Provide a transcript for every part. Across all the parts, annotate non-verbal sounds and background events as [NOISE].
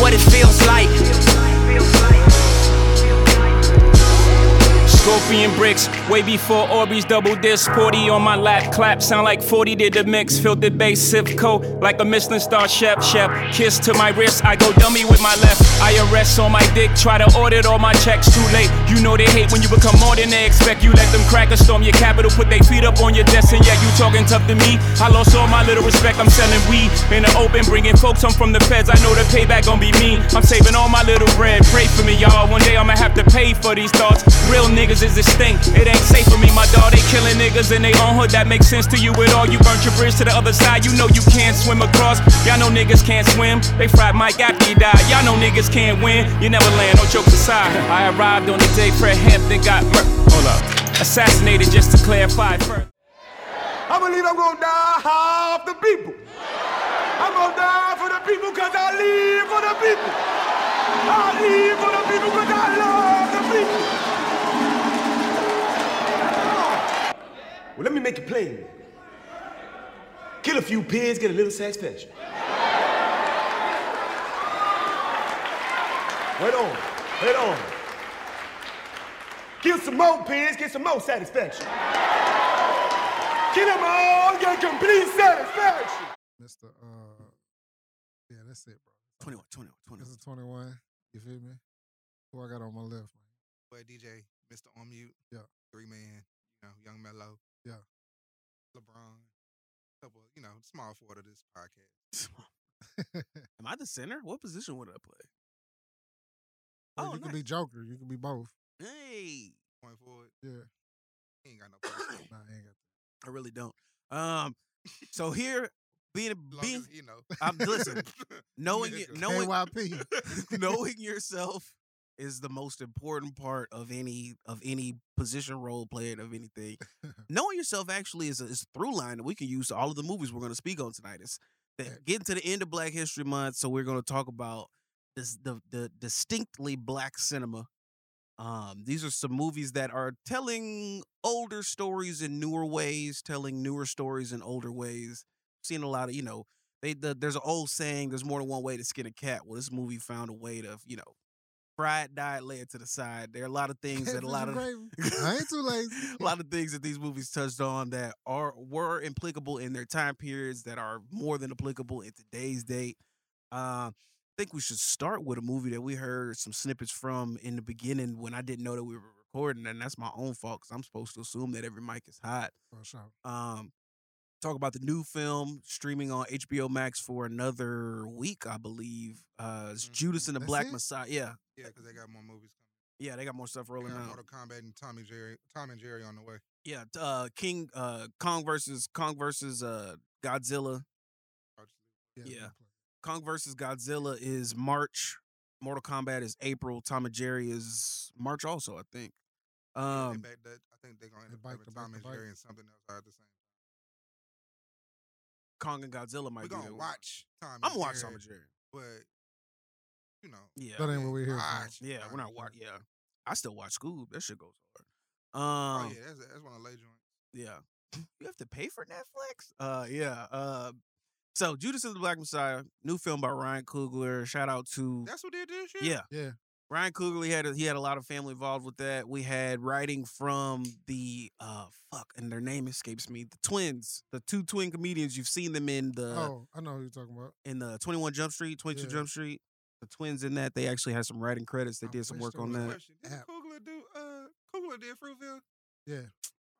what it feels like. Scorpion bricks, way before Orbeez double disc. Sporty on my lap, clap sound like 40 did the mix. Filtered bass, sip coat like a Michelin star chef. Chef, kiss to my wrist, I go dummy with my left. IRS on my dick, try to audit all my checks. Too late, you know they hate when you become more than they expect. You let them crack a storm your capital, put their feet up on your desk, and yet you talking tough to me. I lost all my little respect, I'm selling weed in the open, bringing folks. I'm from the feds, I know the payback gon' be mean. I'm saving all my little bread, pray for me, y'all. One day I'ma have to pay for these thoughts. Real niggas is this thing, it ain't safe for me, my dog. They killing niggas in they own hood, that makes sense to you at all. You burnt your bridge to the other side, you know you can't swim across. Y'all know niggas can't swim, they fried Mike after he died. Y'all know niggas can't win, you never land, no jokes aside. I arrived on the day Fred Hampton got mur- Hold up. Assassinated just to clarify first. I believe I'm gonna die half the people. I'm gonna die for the people because I live for the people. I live for the people because I love the people. Well, let me make it plain. Kill a few pigs, get a little satisfaction. Wait on, wait on. Kill some more pigs, get some more satisfaction. Kill them all, get complete satisfaction. Mr. Uh, yeah, that's it, bro. 21, 21, 21. This is 21. You feel me? Who I got on my left? But DJ, Mr. On Mute, Yeah. Three Man, you know, Young Mello, Yeah. LeBron, couple, you know, small forward of this podcast. Mm-hmm. Am I the center? What position would I play? Or Oh, you nice. can be Joker. You can be both. hey, Point forward, Yeah. he ain't got no place. Nah, I ain't got I really don't. Um, so here being Long being as, you know, I'm- [LAUGHS] listen, knowing it, Nigga. [LAUGHS] knowing KYP. [LAUGHS] [LAUGHS] knowing yourself is the most important part of any of any position role playing of [LAUGHS] anything. knowing yourself actually is a, is a through line that we can use to all of the movies we're going to speak on tonight. It's that getting to the end of Black History Month, so we're going to talk about this, the the distinctly black cinema. Um, these are some movies that are telling older stories in newer ways, telling newer stories in older ways. Seen a lot of you know they the, there's an old saying there's more than one way to skin a cat well this movie found a way to you know fry it dye it lay it to the side there are a lot of things that a lot of I ain't too [LAUGHS] lazy. [LAUGHS] a lot of things that these movies touched on that are were applicable in their time periods that are more than applicable in today's date uh, i think we should start with a movie that we heard some snippets from in the beginning when i didn't know that we were recording and that's my own fault because i'm supposed to assume that every mic is hot For sure. um talk about the new film streaming on HBO Max for another week, I believe. Uh it's Mhm. Judas and the Mm, That's Black it? Messiah. Yeah. yeah, because they got more movies Yeah, they got more stuff rolling coming. They got out. Mortal Kombat and Tom and Jerry, Tom and Jerry on the way. Yeah, t- uh King uh Kong versus Kong versus uh Godzilla. Yeah. no play. Kong versus Godzilla is March. Mortal Kombat is April. Tom and Jerry is March also, I think. Um, Um back that, I think they're gonna they end up bike, having they bike, Tom they and bike. Jerry and something else out at the same. Kong and Godzilla might We're be gonna there. watch Tom. And I'm gonna watch Tom Jerry, and Jerry. but you know, Yeah. That ain't what we're here for. watch yeah, Tom we're not [LAUGHS] and watch Jerry. yeah. I still watch Scoob. That shit goes hard. Um Oh yeah, that's that's one of the late joints. Yeah. [LAUGHS] You have to pay for Netflix? Uh yeah. Uh so Judas and the Black Messiah, new film by Ryan Coogler. Shout out to That's what they did this year. Yeah. Yeah. Ryan Coogler he had a, he had a lot of family involved with that. We had writing from the uh fuck and their name escapes me. The twins, the two twin comedians. You've seen them in the oh, I know who you're talking about. in the 21 Jump Street, 22 Yeah. Jump Street. The twins in that they actually had some writing credits. They I did some wish work there on was a that. way- Question: Did app. Coogler do? Uh, Coogler did Fruitville. Yeah.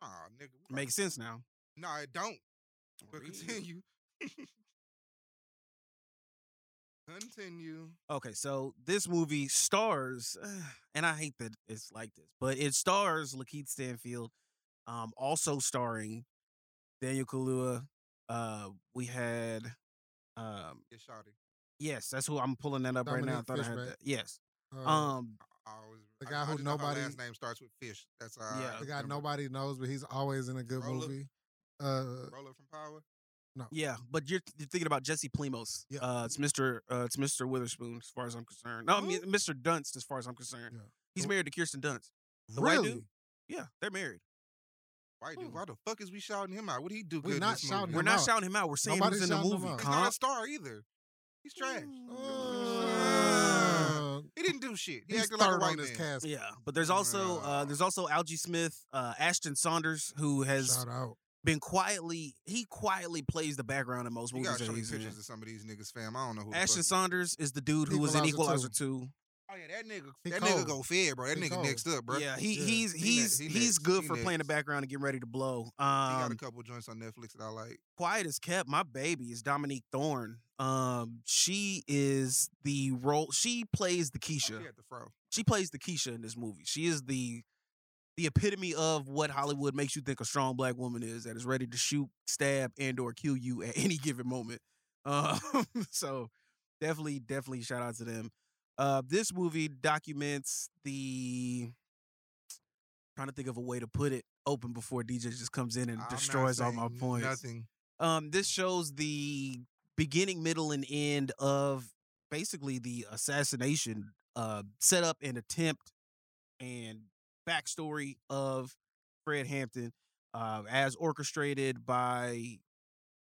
Oh, nigga. we Makes sense now. No, it don't. But Real. continue. [LAUGHS] continue. Okay, so this movie stars, [SIGHS] and I hate that it's like this, but it stars Lakeith Stanfield, um, also starring Daniel Kalua. Uh, we had, um, Get shouty. yes, that's who I'm pulling that up right now. I Dominic thought I had Fishback. that. Yes, Uh, um, I always. The I- guy I who just know her nobody- last name starts with fish. That's all. Yeah. I the guy remember. nobody knows, but he's always in a good Roller. movie. Uh, Roller from Power. yeah, but you're, you're thinking about Jesse Plimos. Yeah. Uh, it's Mr. Uh, it's Mr. Witherspoon, as far as I'm concerned. No, I mean, Mr. Dunst, as far as I'm concerned. Yeah. He's Who- married to Kirsten Dunst. The white really? dude? Yeah, they're married. Why, dude, Hmm. why the fuck is we shouting him out? What he do? We good in not this movie? shouting We're him not out. shouting him out. We're saying Nobody who's in the shouting him movie. out. He's huh? not a star either. He's trash. Mm. Uh, do shit. He He's acted like a third white Oh, on this man. cast. Yeah, but there's also uh, there's also Algie Smith, uh, Ashton Saunders, who has Shout out. been quietly he quietly plays the background in most You movies. gotta that show me he's in. pictures of some of these niggas, fam. I don't know who. the fuck Ashton he- Saunders is the dude who was in Equalizer Equalizer Two. Oh yeah, that nigga. He that cold. nigga go fed, bro. That He nigga cold. next up, bro. Yeah, he Yeah. he's He he's next- he he's next- good he for playing the next. background and getting ready to blow. He got a Um, couple joints on Netflix that I like. quiet as kept. My baby is Dominique Thorne. Um, she is the role. She plays the She Keisha. at the fro. She plays the Keisha in this movie. She is the the epitome of what Hollywood makes you think a strong black woman is that is ready to shoot, stab, and or kill you at [LAUGHS] any given moment. Um, [LAUGHS] so definitely, definitely shout out to them. Uh, this movie documents the trying to think of a way to put it open before DJ just comes in and I'm not destroys all my saying points. Nothing. Um, this shows the beginning, middle, and end of basically the assassination uh, setup and attempt and backstory of Fred Hampton, uh, as orchestrated by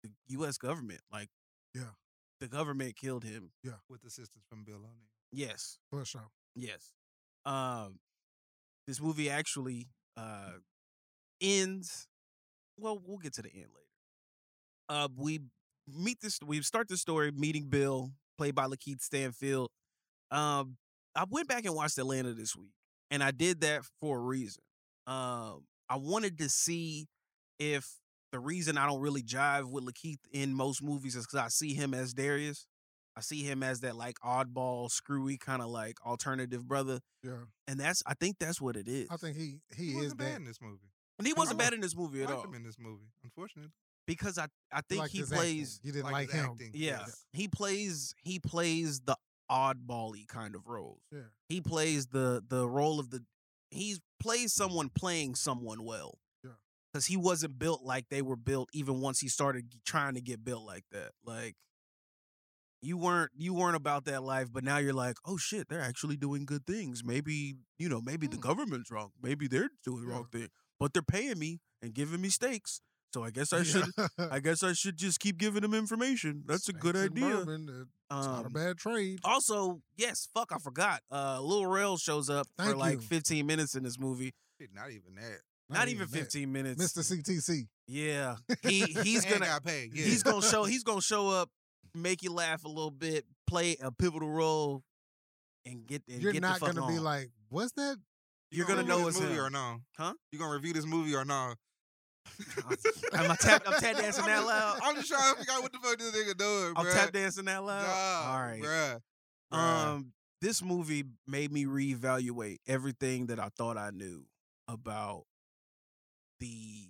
the U.S. government. Like, Yeah. the government killed him. With assistance from Bill O'Neill. Yes, For sure. Yes. Um this movie actually uh ends well, we'll get to the end later. Uh we meet this we start the story meeting Bill, played by Lakeith Stanfield. Um I went back and watched Atlanta this week, and I did that for a reason. Um I wanted to see if the reason I don't really jive with Lakeith in most movies is because I see him as Darius. I see him as that like oddball, screwy kind of like alternative brother, Yeah. and that's I think that's what it is. I think he he, He is wasn't that. bad in this movie. and he wasn't I bad in this movie I at liked all him in this movie, unfortunately. because I I You think liked he his acting. plays You didn't like, his him. acting. yeah he plays he plays the oddbally kind of roles. Yeah. He plays the the role of the he plays someone playing someone well. Yeah. Cuz he wasn't built like they were built even once he started g- trying to get built like that. Like you weren't you weren't about that life, but now you're like, "Oh shit, they're actually doing good things. Maybe, you know, maybe the Mm. government's wrong. Maybe they're doing the Yeah. wrong thing, but they're paying me and giving me stakes." So I guess I Yeah. should [LAUGHS] I guess I should just keep giving them information. That's a good Steaks and idea. bourbon, uh, It's not a Um, bad trade. also, yes, fuck, I forgot. Uh, Lil Rel shows up for Thank like you. 15 minutes in this movie. Shit, not even that. Not, even that. 15 minutes. Mr. CTC. Yeah, he he's [LAUGHS] And gonna got paid. Yeah. he's gonna show he's gonna show up, make you laugh a little bit, play a pivotal role, and get and You're get not the fuck gonna be on. like, was that? you're gonna review know this it's movie him. or no? Huh? You gonna review this movie or no? Am I tap- I'm tap dancing [LAUGHS] I'm that just- loud? I'm just trying to figure out what the fuck this nigga doing, I'm bruh. tap dancing that loud. Nah, All right. bruh. Bruh. Um, this movie made me reevaluate everything that I thought I knew about the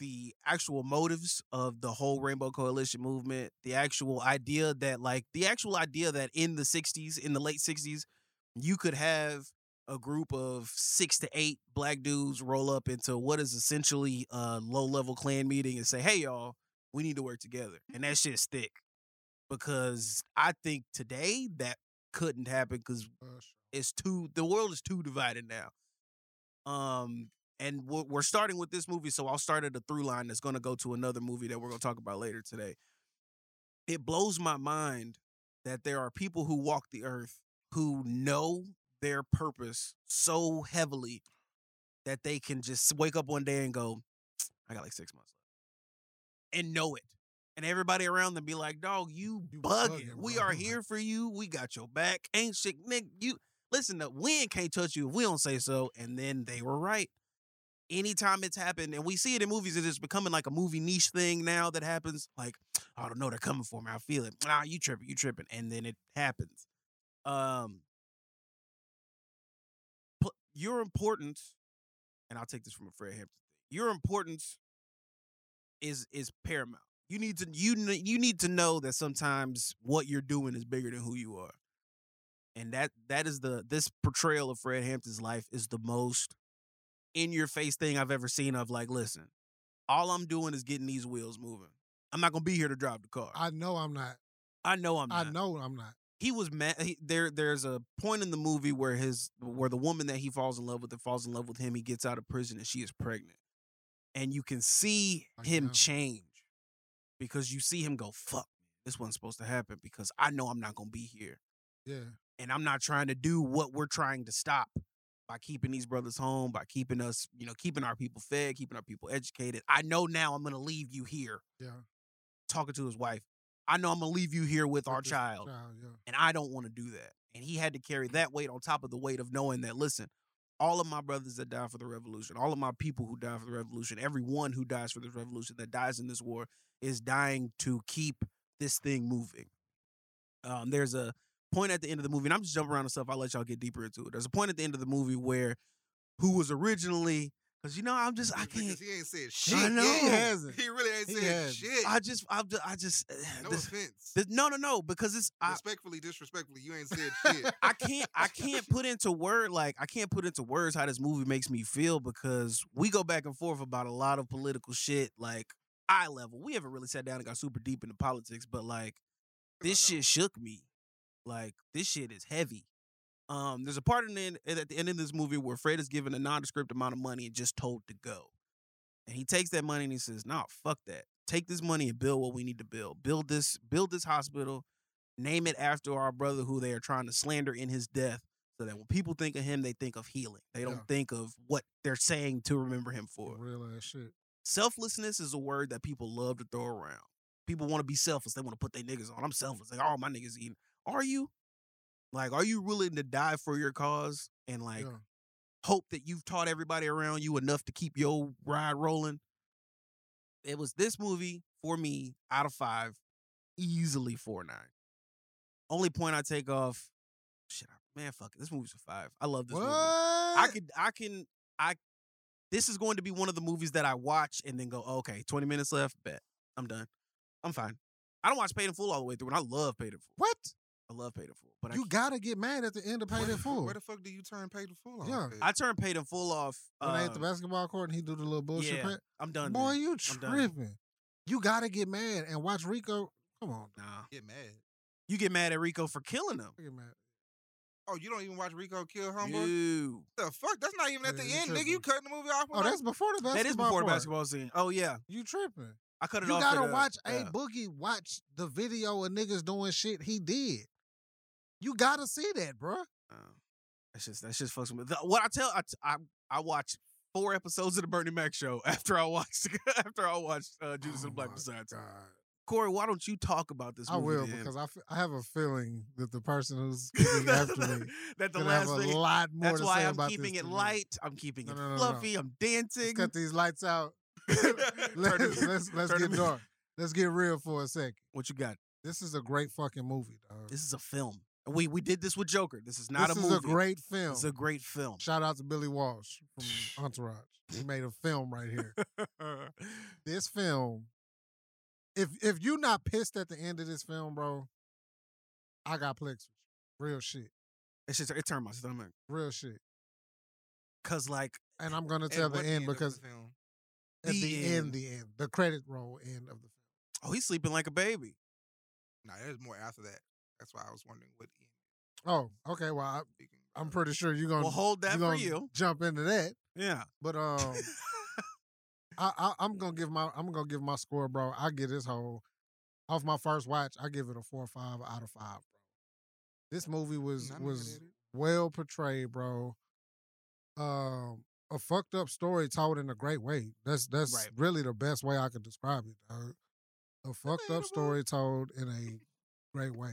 the actual motives of the whole Rainbow Coalition movement, the actual idea that like the actual idea that in the 60s, in the late 60s, you could have a group of 6 to 8 black dudes roll up into what is essentially a low-level clan meeting and say, "Hey y'all, we need to work together." And that shit's thick because I think today that couldn't happen because Uh, it's too the world is too divided now. Um, and we're, we're starting with this movie, so I'll start at a through line that's going to go to another movie that we're going to talk about later today. It blows my mind that there are people who walk the earth who know their purpose so heavily that they can just wake up one day and go, "I got like six months left," and know it. And everybody around them be like, dog, you, You bugging. bugging, We bro." are Like- here for you. We got your back. Ain't shit, nigga. You listen, the wind can't touch you if we don't say so. And then they were right. Anytime it's happened, and we see it in movies, and it's becoming like a movie niche thing now that happens. Like, I don't know, they're coming for me. I feel it. Ah, you tripping, you tripping. And then it happens. Um pl- your importance, and I'll take this from a Fred Hampton thing. Your importance is is paramount. You need to you kn- you need to know that sometimes what you're doing is bigger than who you are and that that is the this portrayal of Fred Hampton's life is the most in your face thing I've ever seen of like listen all I'm doing is getting these wheels moving I'm not going to be here to drive the car I, I know I'm not. know I'm I not know I'm not. he was mad he, there there's a point in the movie where his where the woman that he falls in love with that falls in love with him he gets out of prison and she is pregnant and you can see I him know. change because you see him go fuck this wasn't supposed to happen because I know I'm not going to be here Yeah. and I'm not trying to do what we're trying to stop by keeping these brothers home, by keeping us, you know, keeping our people fed, keeping our people educated. I know now I'm going to leave you here Yeah. talking to his wife. I know I'm going to leave you here with With our this child, yeah. and I don't want to do that. And he had to carry that weight on top of the weight of knowing that listen, all of my brothers that died for the revolution, all of my people who died for the revolution, everyone who dies for this revolution that dies in this war is dying to keep this thing moving. Um, there's a point at the end of the movie, and I'm just jumping around and stuff. I'll let y'all get deeper into it. There's a point at the end of the movie where who was originally, because you know, I'm just, I Because can't, He ain't said shit. know. yet. He hasn't. [LAUGHS] He really ain't He said hasn't. shit. I just, I'm just, I just, eh, no this- offense. this- no, no, no, because it's, I, Respectfully, disrespectfully, you ain't said [LAUGHS] shit. I can't I can't put into word like I can't put into words how this movie makes me feel because we go back and forth about a lot of political shit like eye level. We haven't really sat down and got super deep into politics, but like this shit shook me. Like this shit is heavy. Um, there's a part in the end, at the end of this movie where Fred is given a nondescript amount of money and just told to go, and he takes that money and he says, "Nah, fuck that. Take this money and build what we need to build. Build this, build this hospital. Name it after our brother who they are trying to slander in his death, so that when people think of him, they think of healing. They don't Yeah. think of what they're saying to remember him for." Real ass shit. selflessness is a word that people love to throw around. People want to be selfless. They want to put their niggas on. I'm selfless. Like, all my niggas eating. Are you? Like, are you willing to die for your cause and like yeah. hope that you've taught everybody around you enough to keep your ride rolling? It was this movie for me out of five, easily four nine. Only point I take off, shit, I- man, fuck it. This movie's a five. I love this What? movie. Uh I could, I can, I. This is going to be one of the movies that I watch and then go, "Oh, okay, twenty minutes left. Bet I'm done. I'm fine. I don't watch Paid in Full all the way through, and I love Paid in Full. What? I love Paid in Full, but You I, gotta get mad at the end of Where Paid the in fu- Full. Where the fuck do you turn paid in full off? Yeah. at? I turn Paid in Full off. when they hit the um, basketball court and he do the little bullshit. yeah, pat- I'm done. Boy, then. you I'm done. tripping. You gotta get mad and watch Rico. Come on, Nah, get mad. you get mad at Rico for killing him. get mad. Oh, you don't even watch Rico kill Humble? You. The fuck? That's not even at the Yeah, you end, nigga. You cutting the movie off? Oh, that's before the basketball. That is before part. the basketball scene. Oh yeah, You tripping? I cut it You off. gotta at uh, a- watch a yeah. boogie. Watch the video of niggas doing shit he did. You gotta see that, bruh. Uh, that's just that's just fucks with me. The- what I tell I, t- I I watched four episodes of the Bernie Mac show [LAUGHS] after I watched after I watched uh, Judas Oh and the Black Messiah. Corey, why don't you talk about this? I movie will then? [LAUGHS] because I, f- I have a feeling that the person who's kicking after me that the could have last a thing. lot more That's to why say I'm about keeping this it than me. light. I'm keeping No, it no, no, no, no. fluffy. I'm Let's [LAUGHS] dancing. [LAUGHS] cut these lights out. Turn let's [LAUGHS] it- let's, let's turn it get me- dark. Let's get real for a second. What you got? This is a great fucking movie, dog. This is a film. We we did this with Joker. This is not this a is movie. a great film. It's a great film. Shout out to Billy Walsh [LAUGHS] from Entourage. He made a film right here. this film, if if you not pissed at the end of this film, bro, I got plexus. Real shit. It's just, it turned my stomach Real shit. because like And I'm gonna tell the end, because film. at The the, end. end. the end, the credit roll end of the film. oh he's sleeping like a baby. Nah, there's more after that. That's why I was wondering what Ian Oh, okay. Well, I, speaking. I'm of. pretty sure you're gonna We'll hold that you for gonna you. jump into that. Yeah. But [LAUGHS] um, I, I I'm gonna give my I'm gonna give my score, bro. I give this whole off my first watch. I give it a four or five out of five, bro. This movie was Nah, I'm mad was at it. well portrayed, bro. Um, a fucked up story told in a great way. That's that's Right. really the best way I could describe it. dog. A fucked up Relatable. story told in a great way.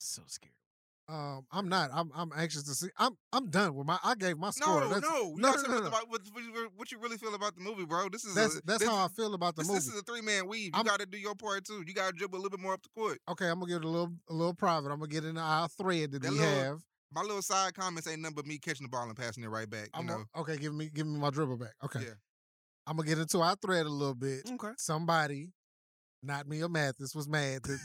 so scared. [LAUGHS] Um, I'm not. I'm I'm anxious to see. I'm I'm done with my. I gave my score. No, that's, no, no, no, no. About what, what, you- what you really feel about the movie, bro? This is That's a, that's this, how I feel about the this, movie. This is a three man weave. You I'm- got to do your part too. You got to dribble a little bit more up the court. okay, I'm gonna give it a little a little private. I'm gonna get into our thread that That we little- have. My little side comments ain't nothing but me catching the ball and passing it right back. You I'm know, gonna- okay, give me give me my dribble back. Okay, Yeah. I'm gonna get into our thread a little bit. Okay. Somebody, not me or Mathis, was mad [LAUGHS] that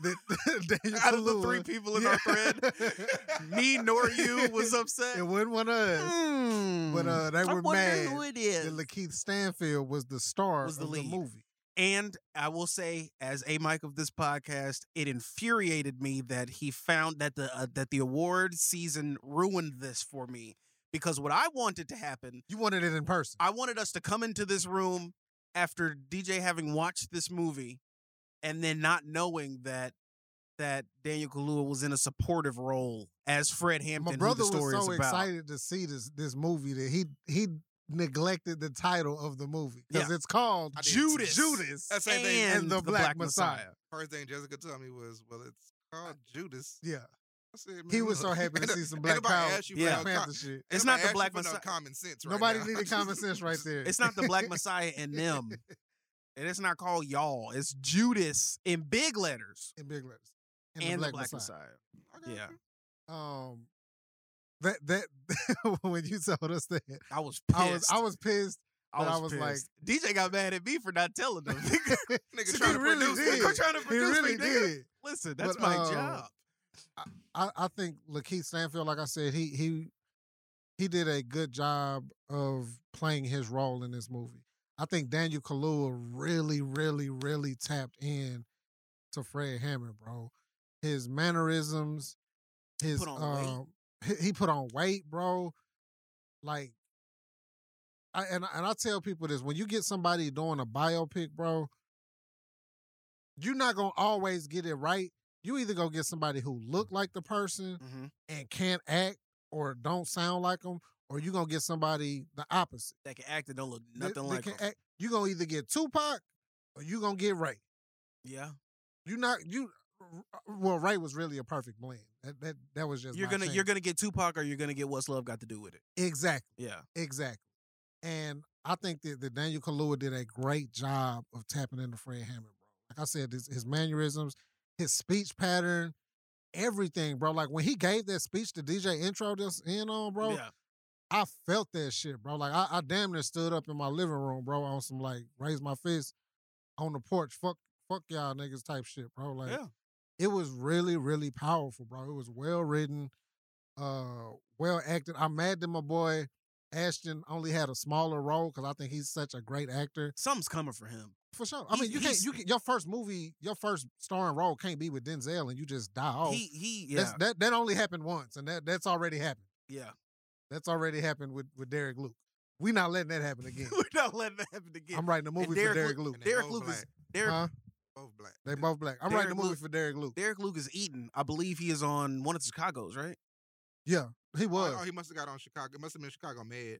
that [LAUGHS] Daniel Out of the Kaluuya- three people in Yeah. our thread, me nor you was [LAUGHS] upset. Hmm. it wasn't one of us. But uh, they I were wonder mad who it that is. Lakeith Stanfield was the star Was the of lead. the movie. and I will say, as a mic of this podcast, it infuriated me that he found that the uh, that the award season ruined this for me because what I wanted to happen You wanted it in person. I wanted us to come into this room after DJ having watched this movie and then not knowing that that Daniel Kaluuya was in a supportive role as Fred Hampton. My who brother the story was so is about. excited to see this this movie that he he neglected the title of the movie because it's called I did too. Judas. Judas. That's and, like they- and the Black Messiah. First thing Jessica told me was, "Well, it's called Judas." Yeah, I said, man, he was look, so happy to ain't no- see some ain't Black nobody Power, asked you for Yeah. no Black com- Panther shit. ain't It's not nobody the asked you Black for no Messiah. common sense. right Nobody now. [LAUGHS] needed common sense [LAUGHS] right there. It's not the Black Messiah and them. And it's not called y'all. It's Judas in big letters [LAUGHS] in big letters. And, and, the Black, Black Messiah. Messiah. I got Yeah. you. Um, that that [LAUGHS] when you told us that, I was pissed. I was I was [LAUGHS] pissed. but I was like- like, DJ got mad at me for not telling [LAUGHS] them. [LAUGHS] Nigga He trying to really produce. did. Quit trying to He produce really me, nigga. did. Listen, that's But, my uh, job. I, I think Lakeith Stanfield, like I said, he he he did a good job of playing his role in this movie. I think Daniel Kaluuya really, really, really tapped in to Fred Hammond, bro. His mannerisms, his put on weight. um, he, he put on weight, bro. Like, I and I- and I tell people this when you get somebody doing a biopic, bro, you're not gonna always get it right. You either go get somebody who look like the person Mm-hmm. and can't act or don't sound like them, or you're gonna get somebody the opposite. That can act and don't look They- nothing they like can him. act- you gonna either get Tupac or you gonna get Ray. Yeah. You not you. Well, Ray was really a perfect blend. That that, that was just You're my gonna chance. you're gonna get Tupac or you're gonna get what's love got to do with it. exactly. Yeah. Exactly. And I think that, that Daniel Kaluuya did a great job of tapping into Fred Hammond, bro. Like I said, his, his mannerisms, his speech pattern, everything, bro. Like when he gave that speech to DJ intro this in on, bro, Yeah. I felt that shit, bro. Like I, I damn near stood up in my living room, bro, on some like raise my fist on the porch, fuck, fuck y'all niggas type shit, bro. Like Yeah. it was really, really powerful, bro. It was well written, uh, well acted. I'm mad that my boy Ashton only had a smaller role because I think he's such a great actor. Something's coming for him. For sure. I He- mean, you can't. he's- You can, your first movie, your first starring role can't be with Denzel, and you just die off. He he yeah. Oh, That's- that that only happened once, and that that's already happened. yeah. That's already happened with with Derek Luke. We're not letting that happen [LAUGHS] [LAUGHS] again. [LAUGHS] We're not letting that happen again. I'm writing a movie for Derek Derek Luke. And they Derek both Luke is black. Derek Huh? Both Oh, black. They both black. I'm writing a Derek movie Luke- for Derek Luke. Derek Luke is Eaton. I believe he is on one of the Chicago's, right? Yeah, he Oh, was. oh, he must have got on Chicago. It must have been Chicago Mad.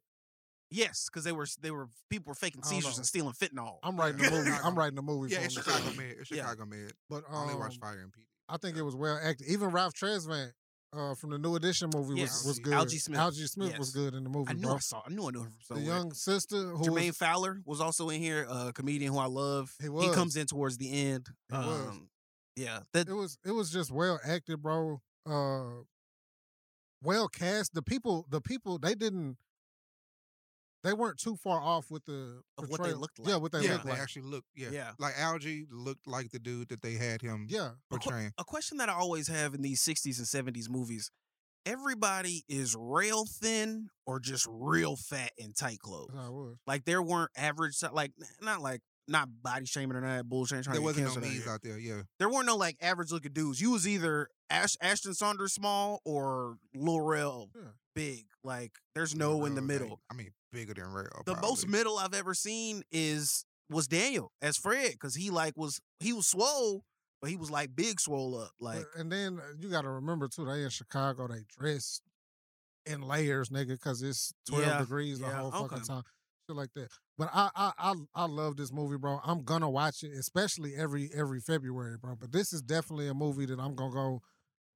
Yes, because they were they were people were faking I don't seizures know. and stealing fentanyl. I'm writing a [LAUGHS] Yeah. movie. I'm writing a movie Yeah, for it's him. Chicago Mad. It's Yeah. Chicago Mad. But I only watch um, Fire and Pete. I think it was well acted. Even Ralph Tresvant uh, from the New Edition movie Yes. was, was good. Algie Smith. Algie Smith was Yes. good in the movie. I knew bro. I saw. I knew I knew him from the somewhere. young sister who Jermaine was, Fowler was also in here, a comedian who I love. He was. comes in towards the end. He was. Um, yeah, that it was it was just well acted, bro. Uh, well cast. The people the people they didn't they weren't too far off with the Of what they portrayal- looked Yeah, like. what they yeah, looked they like. actually looked. Yeah. Yeah. like Algie looked like the dude that they had him yeah, Of cour- portraying. a question that I always have in these '60s and '70s movies: everybody is real thin or just real fat in tight clothes. that's how it was. Like there weren't average, si- like n- not like not body shaming or not bullshit. ain't Trying There to get wasn't no canceled out me's here. out there. Yeah, There weren't no like average looking dudes. You was either Ash, Ashton Saunders small or Laurel Yeah. big. Like there's no in the Rail, like, middle. I mean, bigger than rail. the most probably. middle I've ever seen is was Daniel as Fred because he like was he was swole, but he was like big swole up. But- Like and then uh, you got to remember too, they in Chicago, they dress in layers, nigga, because it's twelve Yeah, degrees the yeah, whole fucking okay. time, shit like that. But I, I, I, I love this movie, bro. I'm gonna watch it, especially every every February, bro. But this is definitely a movie that I'm gonna go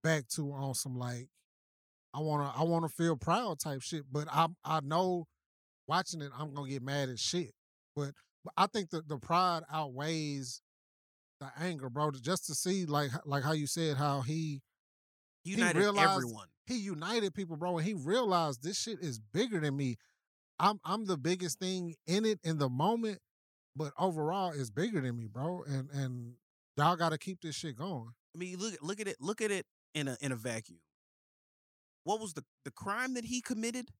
back to on some like, I wanna, I wanna feel proud type shit. But I, I know watching it, I'm gonna get mad as shit. But, but I think the the pride outweighs the anger, bro. Just to see like like how you said how he he united realized- everyone. he united people, bro, and he realized this shit is bigger than me. I'm I'm the biggest thing in it in the moment, but overall it's bigger than me, bro. And and y'all gotta keep this shit going. I mean, you look look at it look at it in a in a vacuum. What was the the crime that he committed?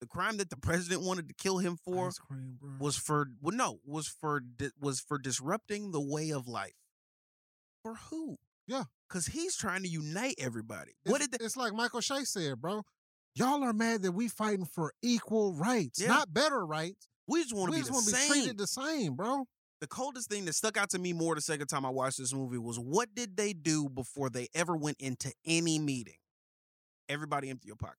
The crime that the [LAUGHS] president wanted to kill him for Ice cream, bro. was for well no was for di- was for disrupting the way of life. For who? Yeah. because he's trying to unite everybody. it's, What did they? it's like Michael Shea said, bro. Y'all are mad that we fighting for equal rights, Yeah. not better rights. We just want to we be just the want to be same. treated the same, bro. the coldest thing that stuck out to me more the second time I watched this movie was what did they do before they ever went into any meeting? Everybody empty your pockets.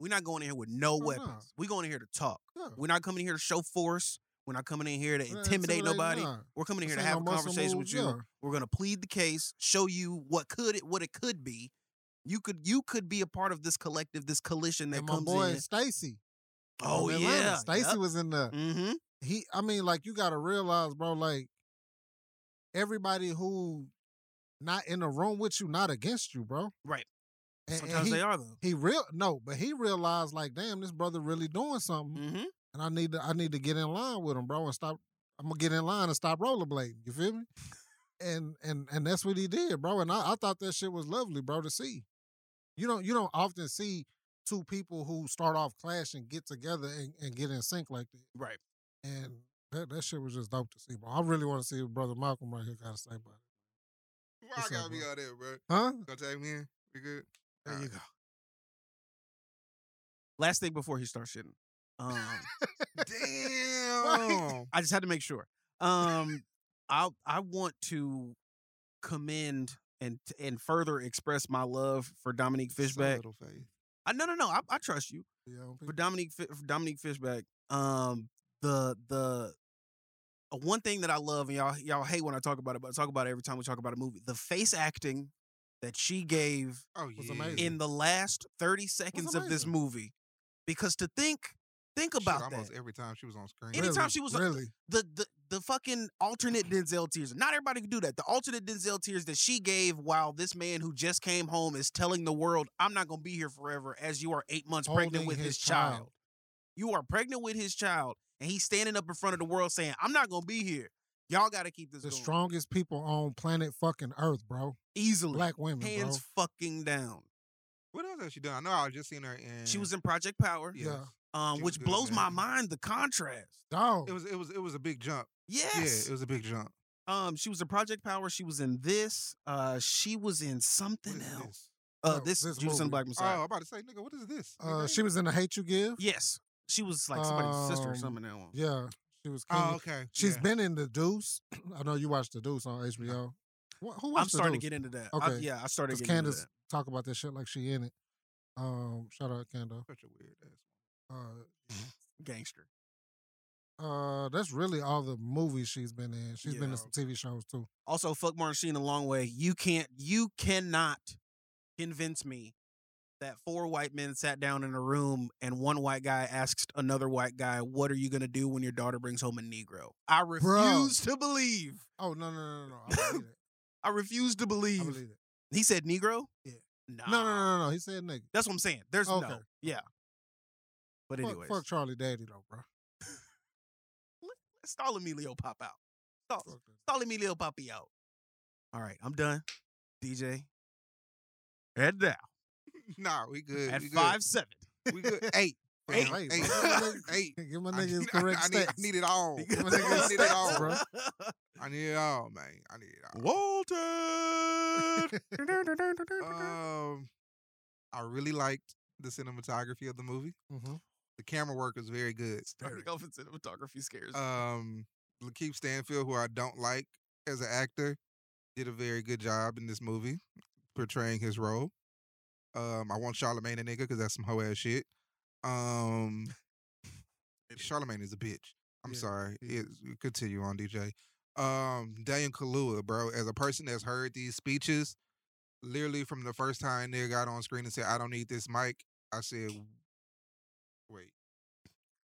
We're not going in here with no Oh, no. weapons. We're going in here to talk. Yeah. We're not coming in here to show force. We're not coming in here to Yeah, intimidate intimidating, nobody. nah. We're coming in This here to ain't have no a muscle conversation moves, with you. yeah. We're gonna plead the case, show you what could it what it could be. You could you could be a part of this collective, this coalition that And my comes boy in. Stacy. Oh yeah, Stacy was in the Mm-hmm. he I mean, like you gotta realize, bro, like everybody who not in the room with you, not against you, bro. Right. And- and Sometimes he, they are though. He real no, but he realized like, damn, this brother really doing something, Mm-hmm. and I need to I need to get in line with him, bro, and stop. I'm gonna get in line and stop rollerblading. You feel me? And and and that's what he did, bro. And I, I thought that shit was lovely, bro, to see. You don't you don't often see two people who start off clashing get together and, and get in sync like that. Right. And that, that shit was just dope to see, bro. I really want to see what brother Malcolm right here got to say about it. Why I What's up, gotta be bro? all there, bro? Huh? Gonna tag me in? We good? There you [LAUGHS] [LAUGHS] Alright. go. Last thing before he starts shitting. Um, Damn. I just had to make sure. Um, I I want to commend and and further express my love for Dominique Fishback. Little faith. I, no, no, no. I, I trust you. Yeah, for Dominique Fi- for Dominique Fishback. Um, the the uh, one thing that I love and y'all y'all hate when I talk about it, but I talk about it every time we talk about a movie. The face acting that she gave Oh was yeah. amazing. in the last thirty seconds of this amazing. movie, because to think think Shit, about almost that. every time she was on screen. Anytime Really, she was on- [LAUGHS] really, The, the the fucking alternate Denzel tears. Not everybody could do that. The alternate Denzel tears that she gave while this man who just came home is telling the world, "I'm not gonna be here forever," as you are eight months Holding pregnant with his his, child. child. You are pregnant with his child, and he's standing up in front of the world saying, "I'm not gonna be here. Y'all got to keep this the going." strongest people on planet fucking Earth, bro. easily, Black women, hands fucking down. What else has she done? I know I was just seeing her in. She was in Project Power, Yes. Yeah. um, she was which good in blows that. my mind. The contrast. bro. Dog. It was. It was. It was a big jump. Yes. Yeah. It was a big jump. um, she was in Project Power. She was in this. Uh, she was in something What is else. this? Uh, No, this, this she was in movie. Black Oh, Messiah. I'm about to say, nigga, what is this? uh, [LAUGHS] nigga? she was in the Hate You Give. Yes, she was like somebody's sister or Um, something. in That one. Yeah, she was. Oh, She's okay. yeah. been in the Deuce. [CLEARS THROAT] I know you watched the Deuce on HBO. Wha- Who I'm watched the starting to Deuce? get into that. I, Okay. yeah, I started 'Cause getting into Candace that. talk about this shit like she in it. Um, shout out Kendo. [LAUGHS] Such a weird ass. Uh, Gangster. uh, that's really all the movies she's been in. She's been Yeah. in some TV shows too. Also, fuck Martin Sheen a long way. You can't. You cannot convince me that four white men sat down in a room and one white guy asked another white guy, "What are you gonna do when your daughter brings home a Negro?" I refuse to believe. Oh no no no no! no. I believe it. I refuse to I [COUGHS] believe. believe it. He said Negro. Yeah. Nah. No no no no! no. He said nigga. That's what I'm saying. There's Okay. no. Yeah. But Fuck- anyways, Fuck, Charlie Daddy though, bro. [LAUGHS] stall Emilio pop out. Stall. Fuck that. Stall Emilio Papi out. All right, I'm done. DJ. Head down. [LAUGHS] Nah, we good. At we good. five [LAUGHS] seven. we good. [LAUGHS] [LAUGHS] Eight. Damn, [LAUGHS] Eight. hey, Eight. bro. Eight. Give my I nigga his need- [LAUGHS] I- correct I need, I stats. need it all. Give my I nigga his need it stats, [LAUGHS] all. bro. I need it all, man. I need it all. Walter. [LAUGHS] Um, I really liked the cinematography of the movie. Mhm. The camera work was very good. Starting off in cinematography scares. me. Um, Lakeith Stanfield, who I don't like as an actor, did a very good job in this movie portraying his role. Um, I want Charlemagne a nigga because that's some hoe ass shit. [LAUGHS] Um, Charlemagne is a bitch. I'm Yeah, sorry. he It, continue on, DJ. Um, Daniel Kalua, bro, as a person that's heard these speeches, literally from the first time they got on screen and said, "I don't need this mic," I said, "Wait."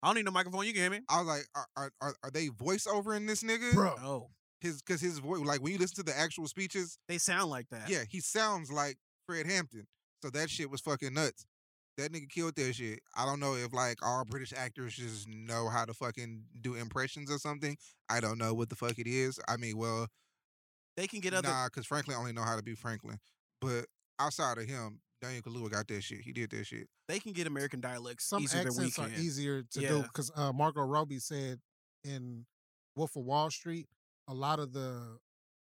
I don't need no microphone. You can hear me. I was like, "Are are, are, are they voiceover in this nigga?" Bro, Oh, his because his voice like when you listen to the actual speeches they sound like that. yeah he sounds like fred hampton so that shit was fucking nuts that nigga killed that shit i don't know if like all british actors just know how to fucking do impressions or something i don't know what the fuck it is i mean well They can get nah, 'cause other. nah because franklin only know how to be franklin but outside of him daniel kalua got that shit he did that shit They can get American dialects some easier than we accents can. are easier to do Yeah. because uh, Margot Robbie said in Wolf of Wall Street, a lot of the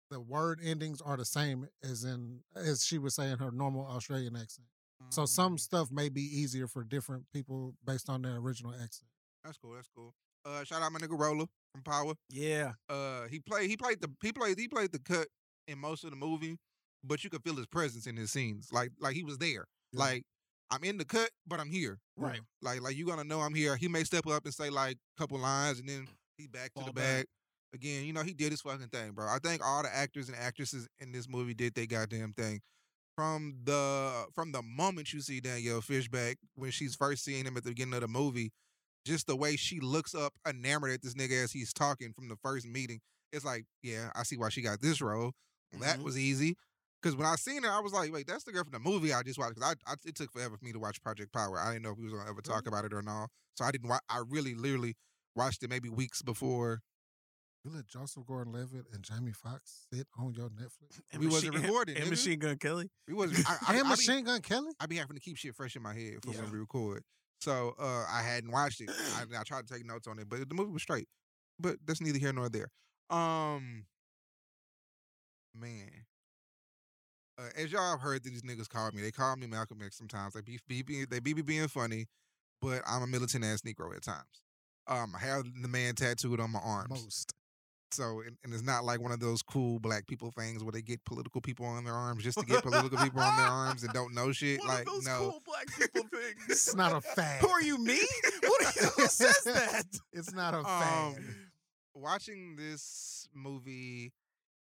the word endings are the same as in as she was saying her normal Australian accent. So some Mm, stuff may be easier for different people based on their original accent. that's cool that's cool Uh, shout out my nigga Roller from Power. Yeah. Uh, he played he played the he played he played the cut in most of the movie, but you could feel his presence in his scenes. Like like he was there. Yeah. Like I'm in the cut, but I'm here. Right. Like like you gonna know I'm here. He may step up and say like a couple lines, and then he back to Fall the back. bag. Again, you know, he did his fucking thing, bro. I think all the actors and actresses in this movie did their goddamn thing. From the from the moment you see Danielle Fishback when she's first seeing him at the beginning of the movie, just the way she looks up enamored at this nigga as he's talking from the first meeting, it's like, yeah, I see why she got this role. That Mhm. was easy. Cause when I seen her, I was like, wait, that's the girl from the movie I just watched. 'Cause I, I it took forever for me to watch Project Power. I didn't know if we was gonna ever talk about it or not. So I didn't watch I really literally watched it maybe weeks before You let Joseph Gordon-Levitt and Jamie Foxx sit on your Netflix And We wasn't Machine- [LAUGHS] recording, And nigga. Machine Gun Kelly. we wasn't I, I, and I, be, Machine Gun Kelly. I be having to keep shit fresh in my head for Yeah. when we record. So uh I hadn't watched it. I, I tried to take notes on it, but the movie was straight. But that's neither here nor there. Um man. Uh, as y'all have heard that these niggas call me, they call me Malcolm X sometimes. They be, be, be they be, be being funny, but I'm a militant ass Negro at times. Um, I have the man tattooed on my arms. Most So, and, and it's not like one of those cool black people things where they get political people on their arms just to get political people on their arms and [LAUGHS] don't know shit. One like, of those no, cool black [LAUGHS] people [LAUGHS] it's things. not a fact. Who are you, me? What are you, who [LAUGHS] says that? It's not a Um, fact. watching this movie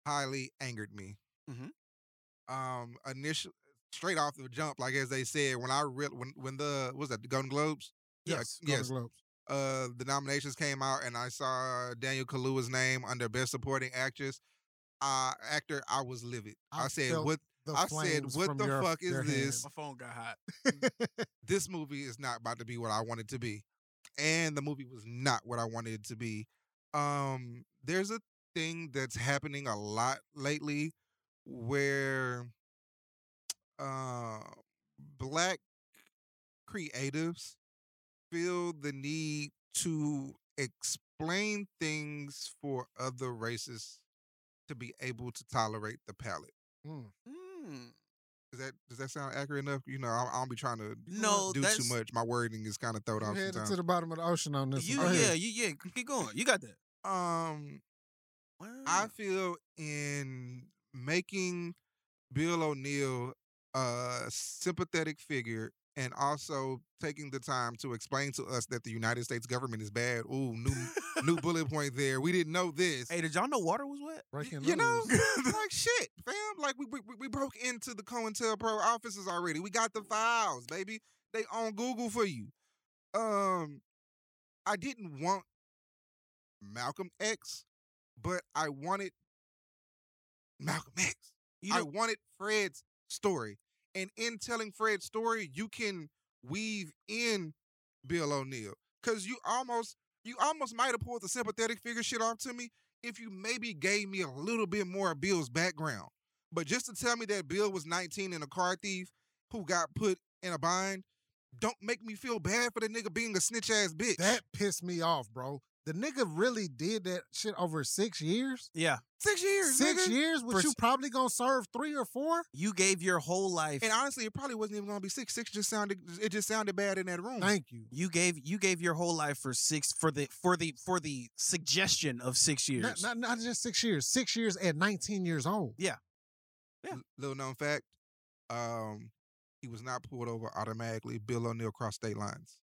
highly angered me. Mhm. Um, initial straight off the jump, like as they said, when I real when when the what was that the Golden Globes, Yeah, Golden yes. Globes. uh, the nominations came out, and I saw Daniel Kaluuya's name under Best Supporting Actress, uh, actor. I was livid. I I, said, felt "What The I said, flames what from the your- fuck is your this? My hand. phone got hot. this movie is not about to be what I want it to be. And the movie was not what I wanted it to be. Um, there's a thing that's happening a lot lately where uh black creatives feel the need to explain things for other races to be able to tolerate the palette. [LAUGHS] Mm. Mm. Is that does that sound accurate enough? You know, I, I don't be trying to No, do that's too much. My wording is kind of thrown You off headed sometimes. to the bottom of the ocean on this. You, one. Go yeah, ahead. you, yeah. Keep going. You got that. um, I feel in making Bill O'Neill a sympathetic figure and also taking the time to explain to us that the United States government is bad. Ooh, new [LAUGHS] [LAUGHS] new bullet point there. We didn't know this. hey, did y'all know water was [LAUGHS] wet? Breaking you know, news. like shit, fam. Like we, we we broke into the COINTELPRO offices already. We got the files, baby. They on Google for you. Um, I didn't want Malcolm X, but I wanted Malcolm X. You I know- wanted Fred's story. And in telling Fred's story, you can weave in Bill O'Neill. Cause you almost you almost might have pulled the sympathetic figure shit off to me if you maybe gave me a little bit more of Bill's background. But just to tell me that Bill was 19 and a car thief who got put in a bind, don't make me feel bad for the nigga being a snitch ass bitch. That pissed me off, bro. The nigga really did that shit over six years. yeah, six years. Six nigga. years, which you Pers- probably gonna serve three or four. you gave your whole life. And honestly, it probably wasn't even gonna be six. Six just sounded it just sounded bad in that room. Thank you. you gave you gave your whole life for six for the for the for the suggestion of six years. Not, not not just six years. Six years at 19 years old. Yeah. L- Little known fact, um, he was not pulled over automatically. Bill O'Neill crossed state lines.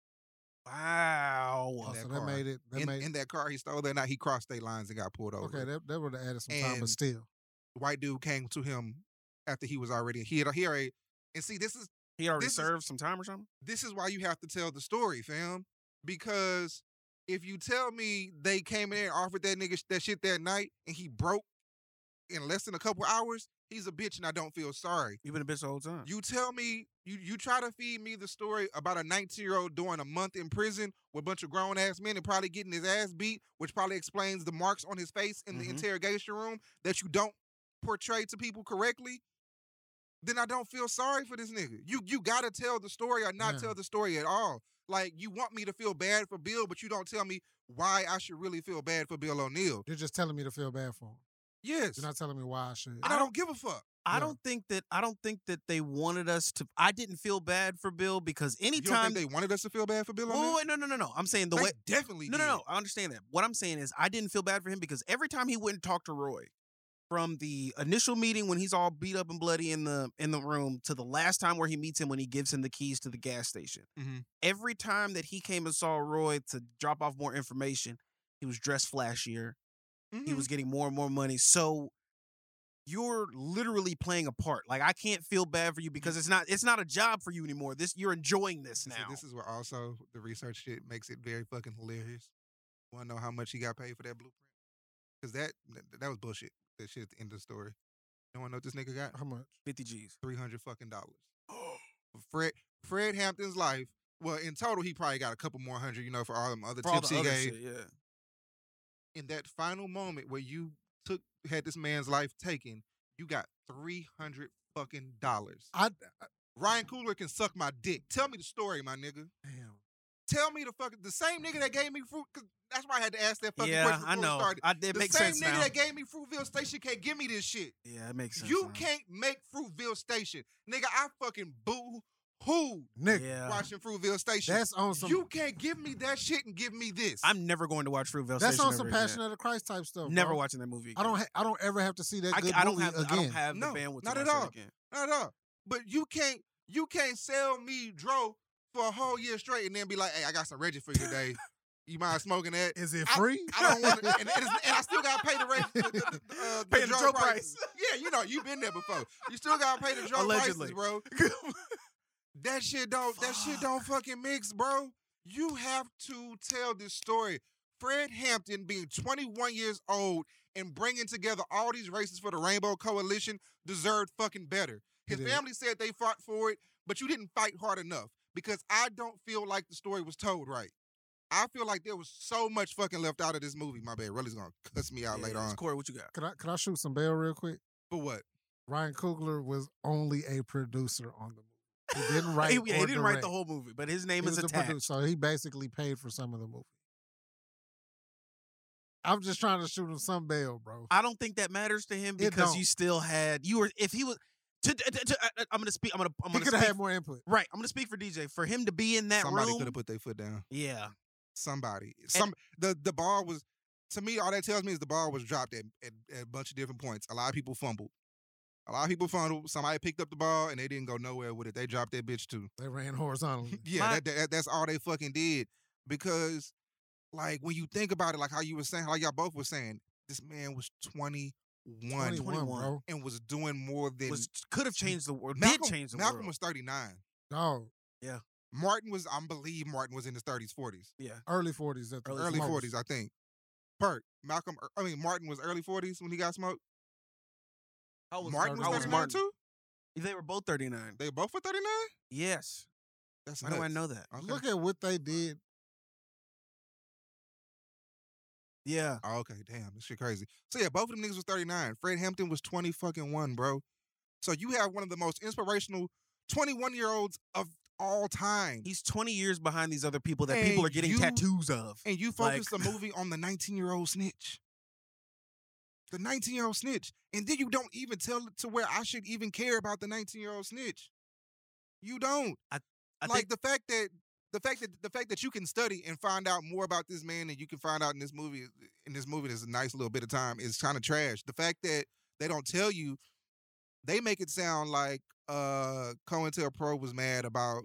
wow. in that so that car. made it. That in, made in that car he stole that night, he crossed state lines and got pulled over. okay. That, that would have added some time, And- but still, White dude came to him after he was already he had he already and see this is He already This is- served some time or something. this is why you have to tell the story, fam. Because if you tell me they came in there and offered that nigga sh- that shit that night and he broke in less than a couple hours, he's a bitch and I don't feel sorry. You've been a bitch the whole time. You tell me you you try to feed me the story about a 19 year old doing a month in prison with a bunch of grown ass men and probably getting his ass beat, which probably explains the marks on his face in Mhm. the interrogation room that you don't portray to people correctly. Then I don't feel sorry for this nigga. You you gotta tell the story or not Yeah. tell the story at all. Like you want me to feel bad for Bill, but you don't tell me why I should really feel bad for Bill O'Neill. you're just telling me to feel bad for him. Yes, You're not telling me why I should. and I don't give a fuck. I Yeah. don't think that I don't think that they wanted us to. I didn't feel bad for Bill because You don't anytime think they wanted us to feel bad for Bill? Wait, On wait, that? wait, no, no, no, no. I'm saying the They way. definitely. No, no, did. no. I understand that. What I'm saying is, I didn't feel bad for him because every time he went and talked to Roy, from the initial meeting when he's all beat up and bloody in the in the room to the last time where he meets him when he gives him the keys to the gas station, Mhm. every time that he came and saw Roy to drop off more information, he was dressed flashier. He Mhm. was getting more and more money. So you're literally playing a part. Like I can't feel bad Mm-hmm. for you because it's not it's not a job for you anymore. This you're enjoying this So now. this is where also the research shit makes it very fucking hilarious. Want to know how much he got paid for that blueprint? Because that, that that was bullshit. That shit at the end of the story. You want to know what this nigga got? How much? 50 G's. Three hundred [GASPS] fucking dollars. For Fred Fred Hampton's life. Well, in total, he probably got a couple more hundred. You know, for all them other For all tips the he other gave. shit, yeah. In that final moment where you took had this man's life taken, you got three hundred fucking dollars. I Ryan Cooler can suck my dick. Tell me the story, my nigga. damn. Tell me the fucking the same nigga that gave me fruit. Cause that's why I had to ask that fucking Yeah, question I before we know. started. I, it the makes same sense nigga now. that gave me Fruitville Station can't give me this shit. yeah, it makes sense. you now. can't make Fruitville Station, nigga. I fucking boo hoo Nigga, Yeah. watching Fruitville Station. that's on some. you can't give me that shit and give me this. I'm never going to watch Fruitvale that's Station on some ever again. Passion of the Christ type stuff. Never bro. watching that movie. I don't. again. Ha- I don't ever have to see that. I, good ca- I don't movie have. the- Again. I don't have the No, bandwidth. to not watch at that all. Again. not up. But you can't you can't sell me dro for a whole year straight and then be like, hey, I got some Reggie for you today. You mind smoking that? Is it free? I don't want to, and, and, it's- and I still gotta pay the rate, [LAUGHS] the, the, the, uh, Pay the drug drug prices. Yeah, you know, you've been there before. You still gotta pay the drug Allegedly. prices, bro. that shit don't. That shit don't fucking mix, bro. You have to tell this story. Fred Hampton being 21 years old and bringing together all these races for the Rainbow Coalition deserved fucking better. He His did. family said they fought for it, but you didn't fight hard enough because I don't feel like the story was told right. I feel like there was so much fucking left out of this movie. My bad. Relly's gonna cuss me out Yeah, later it's on. Corey, what you got? Could I? Could I shoot some bail real quick? But what? Ryan Coogler was only a producer on the movie. He [LAUGHS] didn't write. he, or yeah, he didn't write direct. the whole movie, but his name He is was a attached. producer, so he basically paid for some of the movie. I'm just trying to shoot him some bail, [LAUGHS] bro. I don't think that matters to him It because don't. you still had you were if he was. To, to, to, to- I, am gonna speak. I'm gonna. I'm he gonna could speak. have had more input. right. I'm gonna speak for DJ. For him to be in that Somebody room. could have put their foot down. yeah. Somebody. Some the the ball was to me, all that tells me is the ball was dropped at, at, at a bunch of different points. A lot of people fumbled. A lot of people fumbled. Somebody picked up the ball and they didn't go nowhere with it. They dropped that bitch too. They ran [LAUGHS] horizontally. Yeah, My- that, that, that's all they fucking did. Because, like, when you think about it, like how you were saying, how y'all both were saying, this man was 21, 21, 21. bro. and was doing more than Was could have changed the world. Malcolm, did change the Malcolm world. was 39. Dog, Martin was, I believe Martin was in his 30s, 40s, early 40s at the Early early most. 40s, I think. Perk, Malcolm, er, I mean, Martin was early 40s when he got smoked. How Martin was How 39 was Martin? too? They were both 39. They both were 39? Yes. That's Why do I nuts. know that? Okay. Look at what they did. Yeah. Oh, okay, damn, this shit crazy. So yeah, both of them niggas was 39. Fred Hampton was 20 fucking one, bro. So you have one of the most inspirational 21 year olds of all time. He's 20 years behind these other people that And people are getting you- tattoos of. And you Like- focus the movie on the 19 year old snitch. The 19 year old snitch. And then you don't even tell it to where I should even care about the 19 year old snitch. You don't. I like think the fact that the fact that the fact that you can study and find out more about this man than you can find out in this movie in this movie there's a nice little bit of time is kind of trash. The fact that they don't tell you, they make it sound like uh COINTELPRO was mad about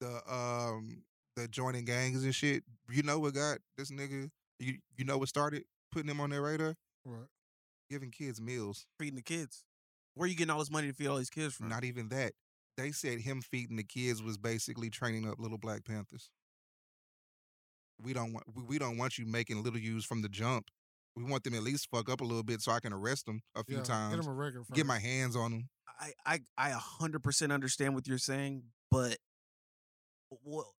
the um the joining gangs and shit. You know what got this nigga you you know what started putting him on their radar? What? Giving kids meals. feeding the kids. Where are you getting all this money to feed all these kids from? Not even that. They said him feeding the kids was basically training up little Black Panthers. We don't want we, we don't want you making little U's from the jump. We want them at least fuck up a little bit so I can arrest them a few Yeah, Get times, him a record. get my hands on them. I, I, I 100% understand what you're saying, but well,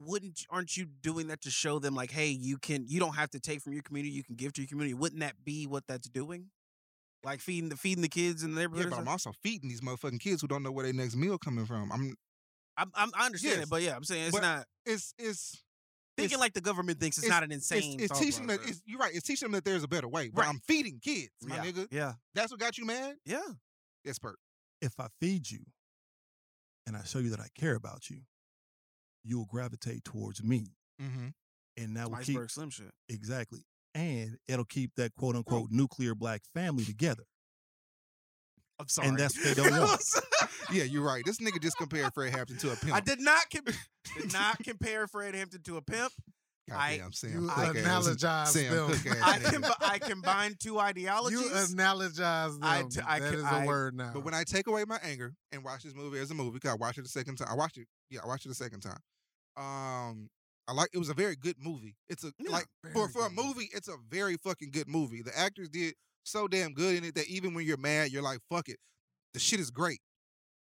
wouldn't aren't you doing that to show them like, hey, you can you don't have to take from your community, you can give to your community. Wouldn't that be what that's doing? Like feeding the feeding the kids in the Yeah, neighborhood. or but I'm something? also feeding these motherfucking kids who don't know where their next meal coming from. I'm I'm, I'm, I understand Yes, it, but yeah, I'm saying it's but not it's it's thinking it's- like the government thinks it's, it's- not an it's, insane. it's thought teaching that process. it's, you're right. It's teaching them that there's a better way. But Right. I'm feeding kids, my yeah, nigga. Yeah, That's what got you mad. yeah. Yes, Perk. if I feed you and I show you that I care about you, you will gravitate towards me. Mm-hmm. And that will keep Iceberg Slim shit. exactly. And it'll keep that quote unquote nuclear black [LAUGHS] family together. I'm sorry. that's what they don't want. Yeah, you're right. This nigga just compared Fred Hampton to a pimp. I did not com- [LAUGHS] did not compare Fred Hampton to a pimp. I- Goddamn, Sam. You Cooke ass- analogize Sam them. [LAUGHS] Cooke ass I, nigga. com- I combined two ideologies. You analogize them. I That is t- a I c- I- word now. But when I take away my anger and watch this movie as a movie, because I watched it the second time. I watched it. Yeah, I watched it the second time. Um, I like it was a very good movie. It's a Yeah, like for very for a good movie. movie, it's a very fucking good movie. The actors did so damn good in it that even when you're mad, you're like, fuck it. The shit is great.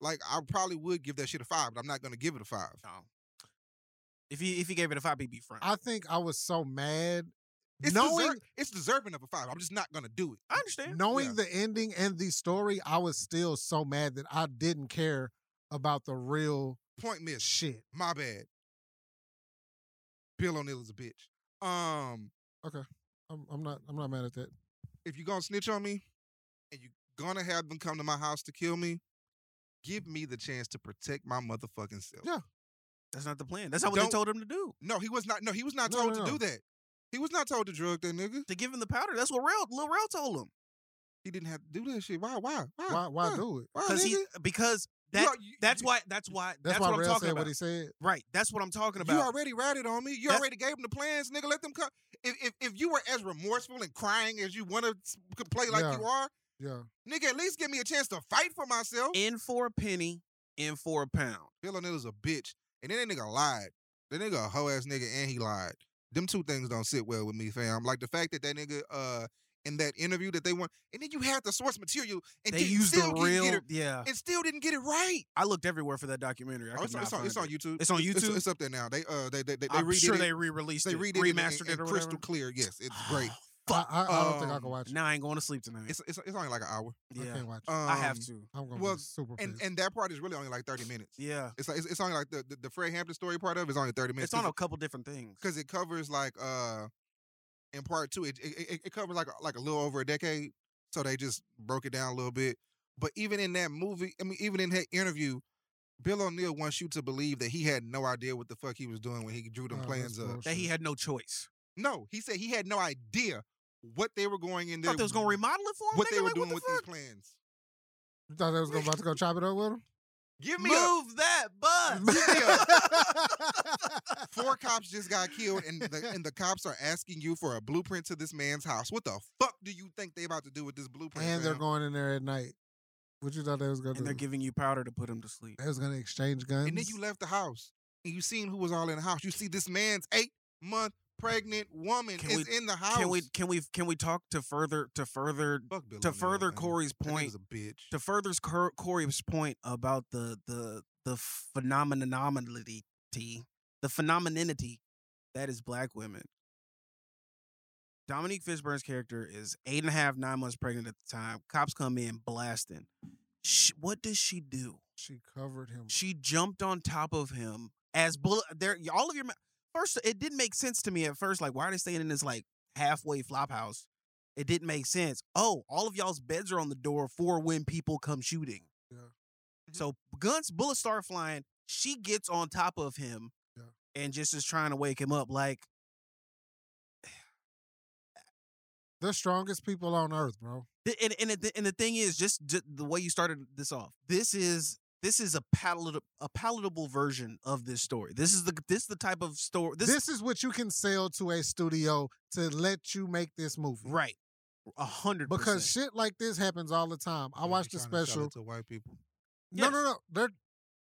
Like I probably would give that shit a five, but I'm not gonna give it a five. No. If he if he gave it a five, he'd be front. I think I was so mad. It's knowing deser- it's deserving of a five. I'm just not gonna do it. I understand. knowing yeah. the ending and the story, I was still so mad that I didn't care about the real Point miss. shit. My bad. Bill O'Neill is a bitch. Um, I'm, I'm not. I'm not mad at that. if you gonna snitch on me and you gonna have them come to my house to kill me, give me the chance to protect my motherfucking self. Yeah. That's not the plan. That's not what they Don't- told him to do. No, he was not. No, he was not No, told no, to no. do that. He was not told to drug that nigga. To give him the powder. That's what Rel Lil Rel told him. He didn't have to do that shit. Why? Why? Why? Why? Why do it? Why, Because he nigga? because You that are- you- that's you- why that's why That's, that's, why what I'm Rel talking said about. what he said. right. That's what I'm talking You about. already ratted on me. You That's- already gave him the plans, nigga. Let them come. If if, if you were as remorseful and crying as you want to play like Yeah. you are, Yeah. nigga, at least give me a chance to fight for myself. In for a penny, in for a pound. Bill O'Neill's a bitch. And then that nigga lied. That nigga a hoe ass nigga and he lied. Them two things don't sit well with me, fam. Like the fact that that nigga uh in that interview that they want, and then you had the source material and they didn't- used the still didn't real get it, Yeah. and still didn't get it right. I looked everywhere for that documentary. I Oh, could it's, on, not it's, on, find it's on it. YouTube. It's on It's, YouTube? it's up there now. They uh they they they, they I'm redid sure it. they re-released they it, redid remastered it, in- in or whatever. crystal clear. Yes, [SIGHS] it's great. Fuck. I, I, I don't think I Um, can watch it. Now I ain't going to sleep tonight. It's, it's it's only like an hour. yeah. I can't watch it. Um, I have to. I'm going to well, be super And pissed. and that part is really only like thirty minutes. Yeah. It's like it's, it's only like the, the the Fred Hampton story part of it is only thirty minutes. It's on a couple different things. because it covers like uh in part two it it, it- it covers like a- like a little over a decade so they just broke it down a little bit but even in that movie i mean even in that interview bill o'neill wants you to believe that he had no idea what the fuck he was doing when he drew them Oh, that's plans up bullshit. That he had no choice. no he said he had no idea what they were going in there Thought they was gonna remodel it for him. what nigga? they were Like, doing what with the fuck? these plans you thought they was gonna- about to go chop it up [LAUGHS] with him? give me a Move that bus. give [LAUGHS] me a Four cops just got killed, and the, and the cops are asking you for a blueprint to this man's house. What the fuck do you think they about to do with this blueprint? and they're fam? going in there at night. What you thought they was gonna and they're do? giving you powder to put him to sleep. [LAUGHS] they was gonna exchange guns. And then you left the house and you seen who was all in the house. You see this man's eight month pregnant woman Can is we- in the house. Can we can we can we talk to further to further Fuck Bill to O'Neill, further man. Corey's That point nigga's a bitch. to further Cor- Corey's point about the the the phenomenality the phenomenality that is black women. Dominique Fishburne's character is eight and a half, nine months pregnant at the time. Cops come in blasting. Sh what does she do? she covered him. She jumped on top of him as bullet. There, all of your ma- first. It didn't make sense to me at first. Like, why are they staying in this like halfway flop house? It didn't make sense. Oh, all of y'all's beds are on the door for when people come shooting. Yeah. Mm-hmm. Mhm. So guns, bullets start flying. She gets on top of him, Yeah. and just is trying to wake him up. Like, The strongest people on earth, bro. Th- and and the, and the thing is just, ju- the way you started this off this is this is a palatable a palatable version of this story this is the this is the type of story This, is what you can sell to a studio to let you make this movie. right a hundred Because percent. shit like this happens all the time. I Yeah, watched they the trying to sell it special. to white people. No, no, no. They're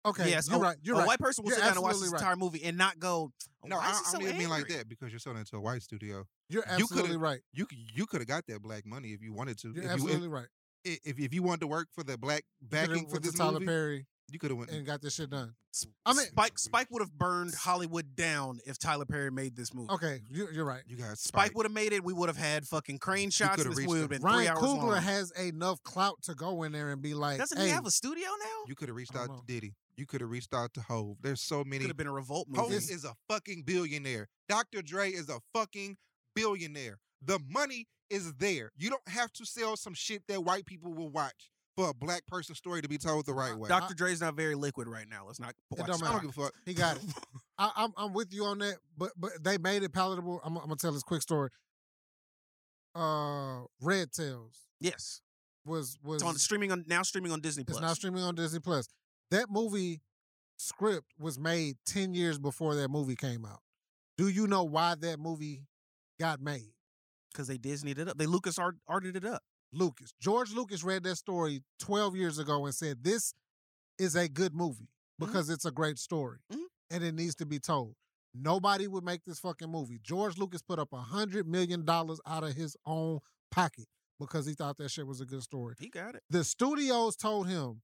okay. Yes, you're right. You're a right. white person will You're sit down and watch this absolutely right. entire movie and not go No, why I, is I he so don't even mean like angry?" that because you're selling it to a white studio. You're you could've- absolutely right. You c- you could have got that black money if you wanted to. You're if, absolutely you, right. if, if if you wanted to work for the black Could've backing for went to this Tyler movie, Perry you could have went. and got this shit done. S- I mean- spike spike would have burned hollywood down if tyler perry made this movie Okay, you're, you're right. you got spike would have made it we would have had fucking crane shots could've and this reached would have been them. Ryan three hours Coogler long. has enough clout to go in there and be like, doesn't hey, he have a studio now You could have reached I out don't to know. Diddy. You could have reached out to Hove. There's so many. could have been a revolt movie Hove is a fucking billionaire. Dr. Dre is a fucking billionaire. The money is there. You don't have to sell some shit that white people will watch. for a black person story to be told the right way. Dr. Dre's not very liquid right now. Let's not. It watch don't this I don't matter. give a fuck. He [LAUGHS] got it. I, I'm I'm with you on that, but but they made it palatable. I'm, I'm gonna tell this quick story. Uh, Red Tails Yes, was was it's on streaming on now. Streaming on Disney Plus. It's not streaming on Disney Plus. That movie script was made 10 years before that movie came out. Do you know why that movie got made? because they Disneyed it up. They Lucas art, arted it up. Lucas. George Lucas read that story 12 years ago and said, This is a good movie because it's a great story Mhm. and it needs to be told. Nobody would make this fucking movie. George Lucas put up a $100 million out of his own pocket because he thought that shit was a good story. He got it. the studios told him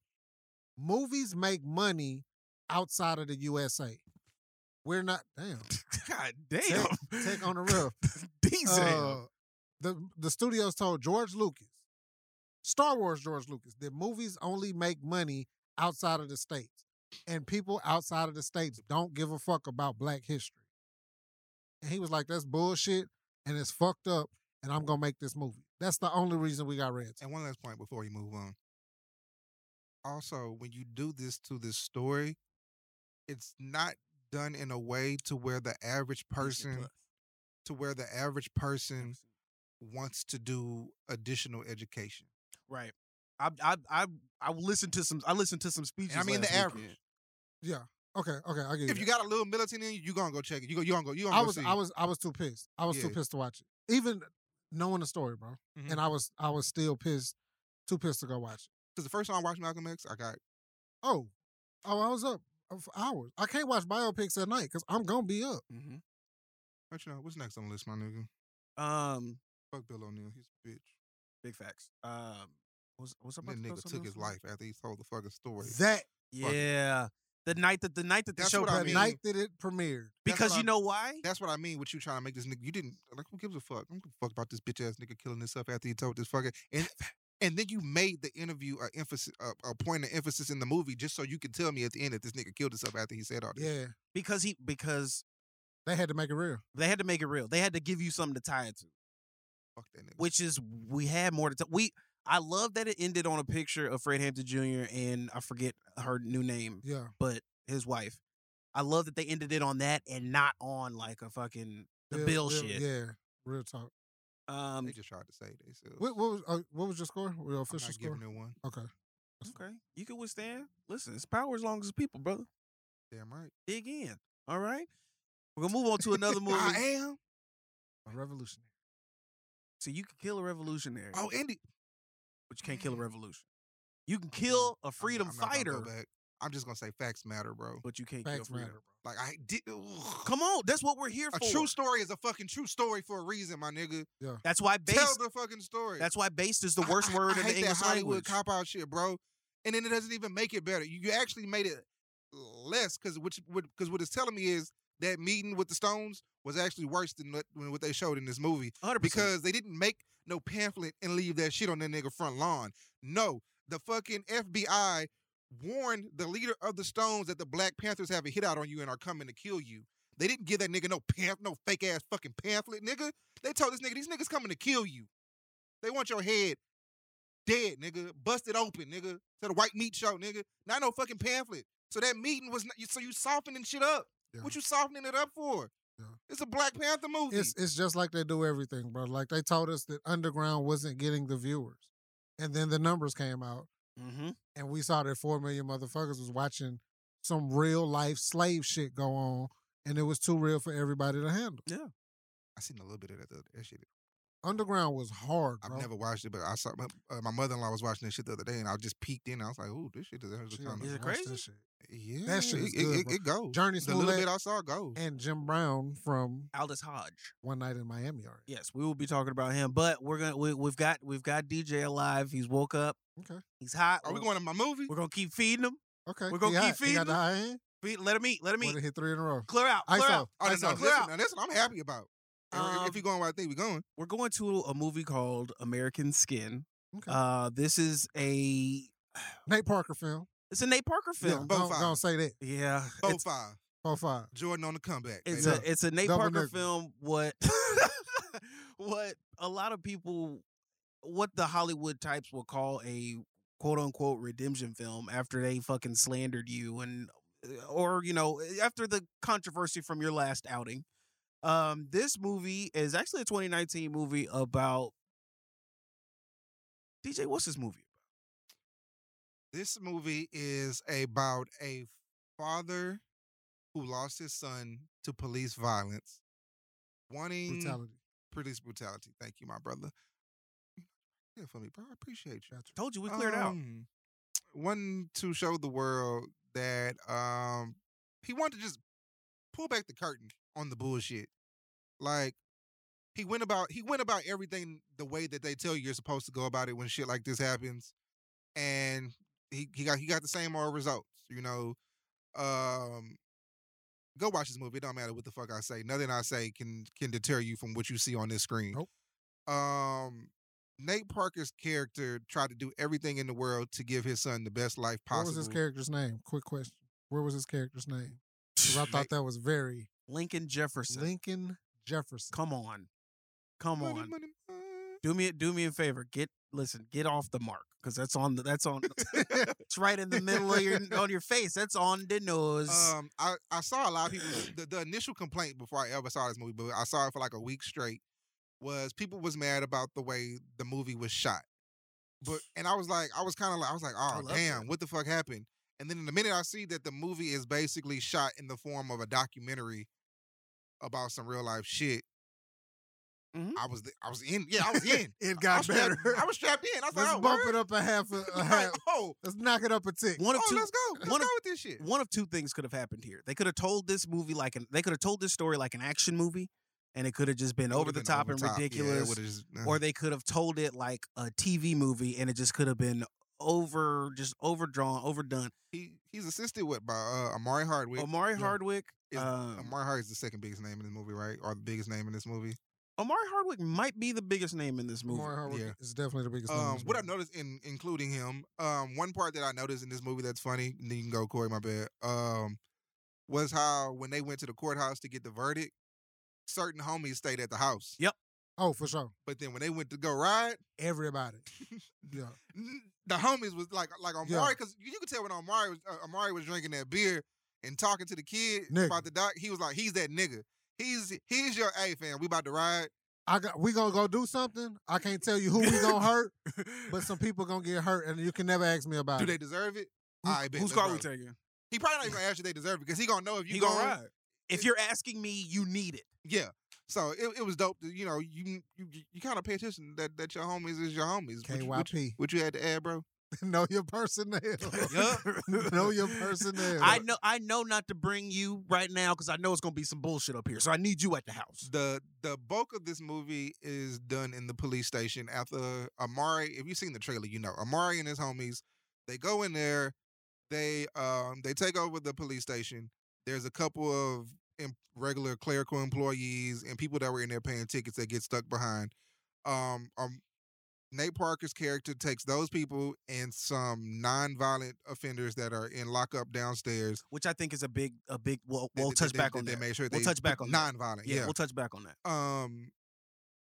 movies make money outside of the USA. We're not damn God damn. [LAUGHS] take on the [LAUGHS] roof. These Uh, the the studios told George Lucas, Star Wars George Lucas, that movies only make money outside of the states, and people outside of the states don't give a fuck about Black history. And he was like, "That's bullshit, and it's fucked up, and I'm gonna make this movie." That's the only reason we got red. tape. And one last point before you move on. Also, when you do this to this story, it's not done in a way to where the average person to where the average person wants to do additional education. Right. I I I I listened to some. I listened to some speeches. And I mean last the week. average. Yeah. Okay. Okay. I get If you got a little militant in you, you gonna go check it. You go, you gonna go, you gonna I go was see. I was I was too pissed. I was too Yeah. pissed to watch it. Even knowing the story, bro. Mhm. And I was I was still pissed, too pissed to go watch it. Because the first time I watched Malcolm X, I got Oh, oh, I was up for hours. I can't watch biopics at night because I'm gonna be up. Mhm. But you know, what's next on the list, my nigga? Um, Fuck Bill O'Neill. He's a bitch. big facts. Um, was was I about That to throw nigga something took else his in? life after he told the fucking story. That Fuck it. Yeah. The night that the night that the That's show what I the premiered. mean. night that it premiered. That's because what you I- know why? That's what I mean with you trying to make this nigga. You didn't like who gives a fuck? I don't give a fuck about this bitch ass nigga killing himself after he told this fucking and and then you made the interview a emphasis a, a point of emphasis in the movie just so you could tell me at the end that this nigga killed himself after he said all this. Yeah, Because he because they had to make it real. they had to make it real. They had to give you something to tie it to, Fuck that nigga. which is we had more to t- we. I love that it ended on a picture of Fred Hampton Jr. and I forget her new name, Yeah, but his wife. I love that they ended it on that and not on like a fucking the bill, shit. Yeah, real talk. Um, they just tried to say themselves. What, what was uh, what was your score? Your I'm official not score? giving it one. Okay. okay, you can withstand. Listen, it's power as long as people, brother. Damn right. Dig in. All right, we're gonna move on to another movie. [LAUGHS] I am. A revolutionary. So you can kill a revolutionary. Oh, Andy. but you can't kill a revolution. You can kill a freedom I'm not gonna go fighter, back. I'm just gonna say facts matter, bro. but you can't kill Facts freedom. matter. Like I did. ugh. Come on, that's what we're here A for. true story is a fucking true story for a reason, my nigga. That's why Tell based. the fucking story. That's why based is the I- worst I- word I in hate the English that Hollywood language. cop out shit, bro. And then it doesn't even make it better. You you actually made it less because which because what it's telling me is that meeting with the Stones was actually worse than what, than what they showed in this movie 100%. because they didn't make no pamphlet and leave that shit on that nigga front lawn. No, the fucking FBI warned the leader of the Stones that the Black Panthers have a hit out on you and are coming to kill you. They didn't give that nigga no pamp, no fake ass fucking pamphlet, nigga. They told this nigga these niggas coming to kill you. They want your head dead, nigga, busted open, nigga, to the white meat show, nigga. Not no fucking pamphlet. So that meeting was not, so you softening shit up. Yeah. What you softening it up for? Yeah. It's a Black Panther movie. It's it's just like they do everything, bro. Like they told us that Underground wasn't getting the viewers, and then the numbers came out, hmm and we saw that four million motherfuckers was watching some real life slave shit go on, and it was too real for everybody to handle. I seen a little bit of that. the other- That shit. Underground was hard, I've bro. never watched it, but I saw my, uh, my mother in law was watching this shit the other day, and I just peeked in. I was like, "Ooh, this shit deserves She a done kind Is it watched that crazy? shit. yeah, shit it, is it- good, it, bro. it goes. Journey the little Smollett bit I saw goes. And Jim Brown from Aldous Hodge. One Night in Miami. Already. Yes, we will be talking about him, but we're gonna we, we've got we've got DJ alive. He's woke up. Okay. He's hot. Are we We're- going to my movie? We're gonna keep feeding him. Okay, We're gonna he hot. keep He got the feeding high end. Feed, let him eat. Let him Wanted eat. to hit three in a row. Clear out. Clear ISO. out. Oh, no, ISO. no, Clear listen, out. now that's what I'm happy about. If- if Um, you're going where I think we're going, We're going to a movie called American Skin. Okay. Uh, this is a Nate Parker film. it's a Nate Parker Yeah, film. Bo don't, Five. don't say that. Yeah, both it's, five. Four five. Jordan on the comeback. it's baby. a it's a Nate Double Parker nigga. film. What [LAUGHS] what a lot of people what the Hollywood types will call a quote unquote redemption film after they fucking slandered you and uh, or you know eh, after the controversy from your last outing. Um, this movie is actually a 2019 movie about DJ. What's this movie? This movie is about a father who lost his son to police violence, wanting brutality. police brutality. Thank you, my brother. Yeah, for me, bro. I appreciate you. Told you we cleared out. Um, One to show the world that um he wanted to just pull back the curtain on the bullshit. Like he went about he went about everything the way that they tell you you're supposed to go about it when shit like this happens. And he, he got he got the same old results, you know. Um go watch this movie. It don't matter what the fuck I say. Nothing I say can can deter you from what you see on this screen. Nope. Um Nate Parker's character tried to do everything in the world to give his son the best life What possible. was his character's name? Quick question. Where was his character's name? 'Cause I thought Nate- that was very Lincoln Jefferson. Lincoln Jefferson. Come on, come Money, on. money, money. Do me do me a favor. Get listen. Get off the mark because that's on the that's on. [LAUGHS] it's right in the middle of your on your face. That's on the nose. Um, I, I saw a lot of people. The, the initial complaint before I ever saw this movie, but I saw it for like a week straight, was people was mad about the way the movie was shot. But and I was like, I was kind of like, I was like, oh love that. damn, what the fuck happened? And then in the minute I see that the movie is basically shot in the form of a documentary about some real life shit, Mhm. I was th- I was in. Yeah, I was in. It I got was strapped- better. I was strapped in. I was Let's like, oh, bump word? it up uh, a half. A, a [LAUGHS] Like, half. oh, Let's knock it up a tick. one of oh, two. let's go. Let's one go of- with this shit. one of two things could have happened here. They could have told this movie like an they could have told this story like an action movie, and it could have just been It would've over the been top over and top. Yeah, it ridiculous. would've just- uh. or they could have told it like a TV movie, and it just could have been over just overdrawn, overdone. he he's assisted with by uh, Amari Hardwick. Amari yeah. Hardwick. Is- um, Amari Hardwick is the second biggest name in this movie, right? Or the biggest name in this movie. Amari Hardwick might be the biggest name in this movie. [LAUGHS] More Howard yeah. is definitely the biggest. name in Um, this what I movie. noticed in including him, um, one part that I noticed in this movie that's funny, and then you can go, Corey, my bad, um, was how when they went to the courthouse to get the verdict, certain homies stayed at the house. Yeah. Oh, for sure. But then when they went to go ride, [LAUGHS] Everybody. Yeah. n- the homies was like like Yeah. Amari because you, you could tell when Amari was uh, Amari was drinking that beer and talking to the kid Nigga. about the doc. He was like, "He's that nigga. He's he's your A fan. We about to ride." I got. We gonna go do something. I can't tell you who we gonna [LAUGHS] hurt, but some people gonna get hurt, and you can never ask me about Do it. they deserve it? Who- I bet. whose let's car we ride. taking? He probably not even gonna ask you they deserve it because he gonna know if you He going. gonna ride. If you're asking me, you [LAUGHS] need it. Yeah. So it, it was dope. To, you know, you you you kind of pay attention that that your homies is your homies. What you, what, you, KYP. what you had to add, bro? [LAUGHS] know your [LAUGHS] personnel. [LAUGHS] know your personnel. I know I know not to bring you right now because I know it's gonna be some bullshit up here. So I need you at the house. The the bulk of this movie is done in the police station after Amari. If you've seen the trailer, you know Amari and his homies. They go in there. They um they take over the police station. There's a couple of em- regular clerical employees and people that were in there paying tickets that get stuck behind. Um, um Nate Parker's character takes those people and some non-violent offenders that are in lockup downstairs. Which I think is a big a big we'll, They- we'll they- touch they- back they- on They that. make sure We'll they touch back put on that. non-violent. Yeah, yeah we'll touch back on that. um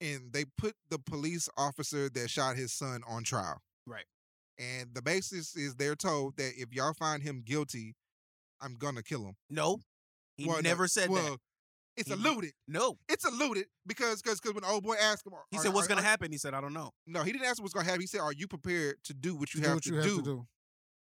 and they put the police officer that shot his son on trial Right. and the basis is they're told that if y'all find him guilty i'm gonna kill him No, he Well, no, never said that. Mm-hmm. well, it's He- alluded No, it's alluded because because because when the old boy asked him he "Are- said what's are- gonna are-" happen. He said I don't know. no he didn't ask what's gonna happen he said are you prepared to do what you, do have, what to you have do to do.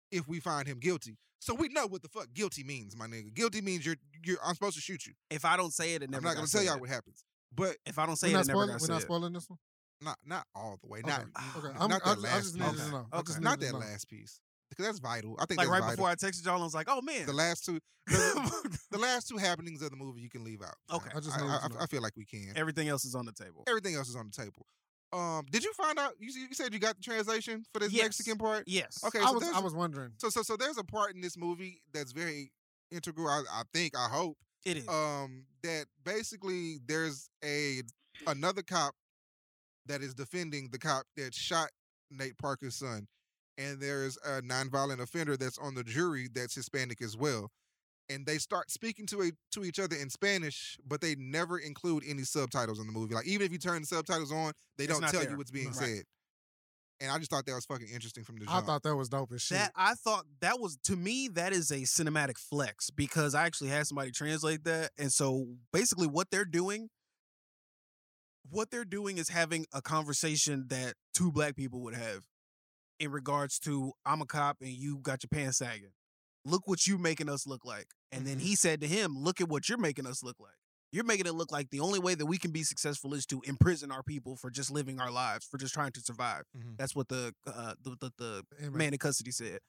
if we find him guilty so we know what the fuck guilty means my nigga guilty means you're you're i'm supposed to shoot you If I don't say it, it never. i'm not got gonna tell said. y'all what happens but If I don't say We're not it, it never spoiling. got We're not [SIGHS] said. spoiling this one. not not all the way Okay. not Okay. N- I'm, not I, that ju- I last just piece. needed to Okay. know. I Okay. just not needed that to know. last piece because that's vital. I think Like that's right vital. before I texted y'all, I was like, "Oh man, [LAUGHS] the last two, the, the last two happenings of the movie you can leave out. Okay. I I just just I, needed I, to know. I feel like we can. everything else is on the table." Everything else is on the table. Um, did you find out? You, s- you said you got the translation for this Yes. Mexican part. Yes. Okay, I so, was. there's, I was wondering. so so so there's a part in this movie that's very integral. I, I think I hope It is. um that basically there's a another cop that is defending the cop that shot Nate Parker's son and there's a nonviolent offender that's on the jury that's Hispanic as well and they start speaking to a, to each other in Spanish but they never include any subtitles in the movie like even if you turn the subtitles on they It's don't not tell there. you what's being Right. said And I just thought that was fucking interesting from the I genre. thought that was dope as shit. That I thought that was to me that is a cinematic flex because I actually had somebody translate that, and so basically what they're doing, what they're doing is having a conversation that two black people would have in regards to I'm a cop and you got your pants sagging. Look what you making us look like, and then he said to him, "Look at what you're making us look like." You're making it look like the only way that we can be successful is to imprison our people for just living our lives, for just trying to survive. Mhm. That's what the uh, the, the the Hey, man, man in custody said.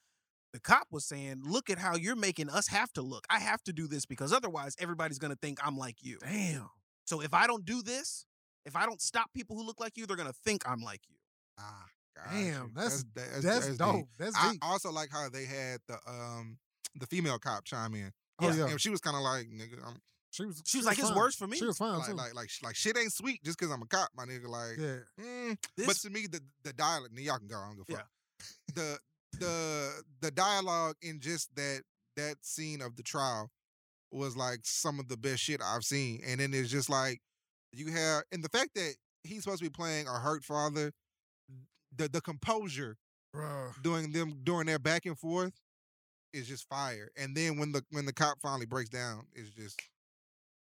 The cop was saying, "Look at how you're making us have to look. I have to do this because otherwise everybody's going to think I'm like you. Damn. So if I don't do this, if I don't stop people who look like you, they're going to think I'm like you." Ah, got Damn, you. that's- that- That's, deep. dope. That's I deep. also like how they had the um the female cop chime in, oh yeah, yeah. and she was kind of like, "Nigga, I'm She was. She was like, "It's fine. worse for me. She was fine like, Oh, too. like, like, sh- like, shit ain't sweet just because I'm a cop, my nigga." Like, yeah. mm. This, but to me, the the dialogue, y'all can go, I don't give a Yeah. fuck. the the the dialogue in just that that scene of the trial was like some of the best shit I've seen, and then it's just like you have, and the fact that he's supposed to be playing a hurt father, the the composure Bruh. doing them during their back and forth is just fire. And then when the when the cop finally breaks down, it's just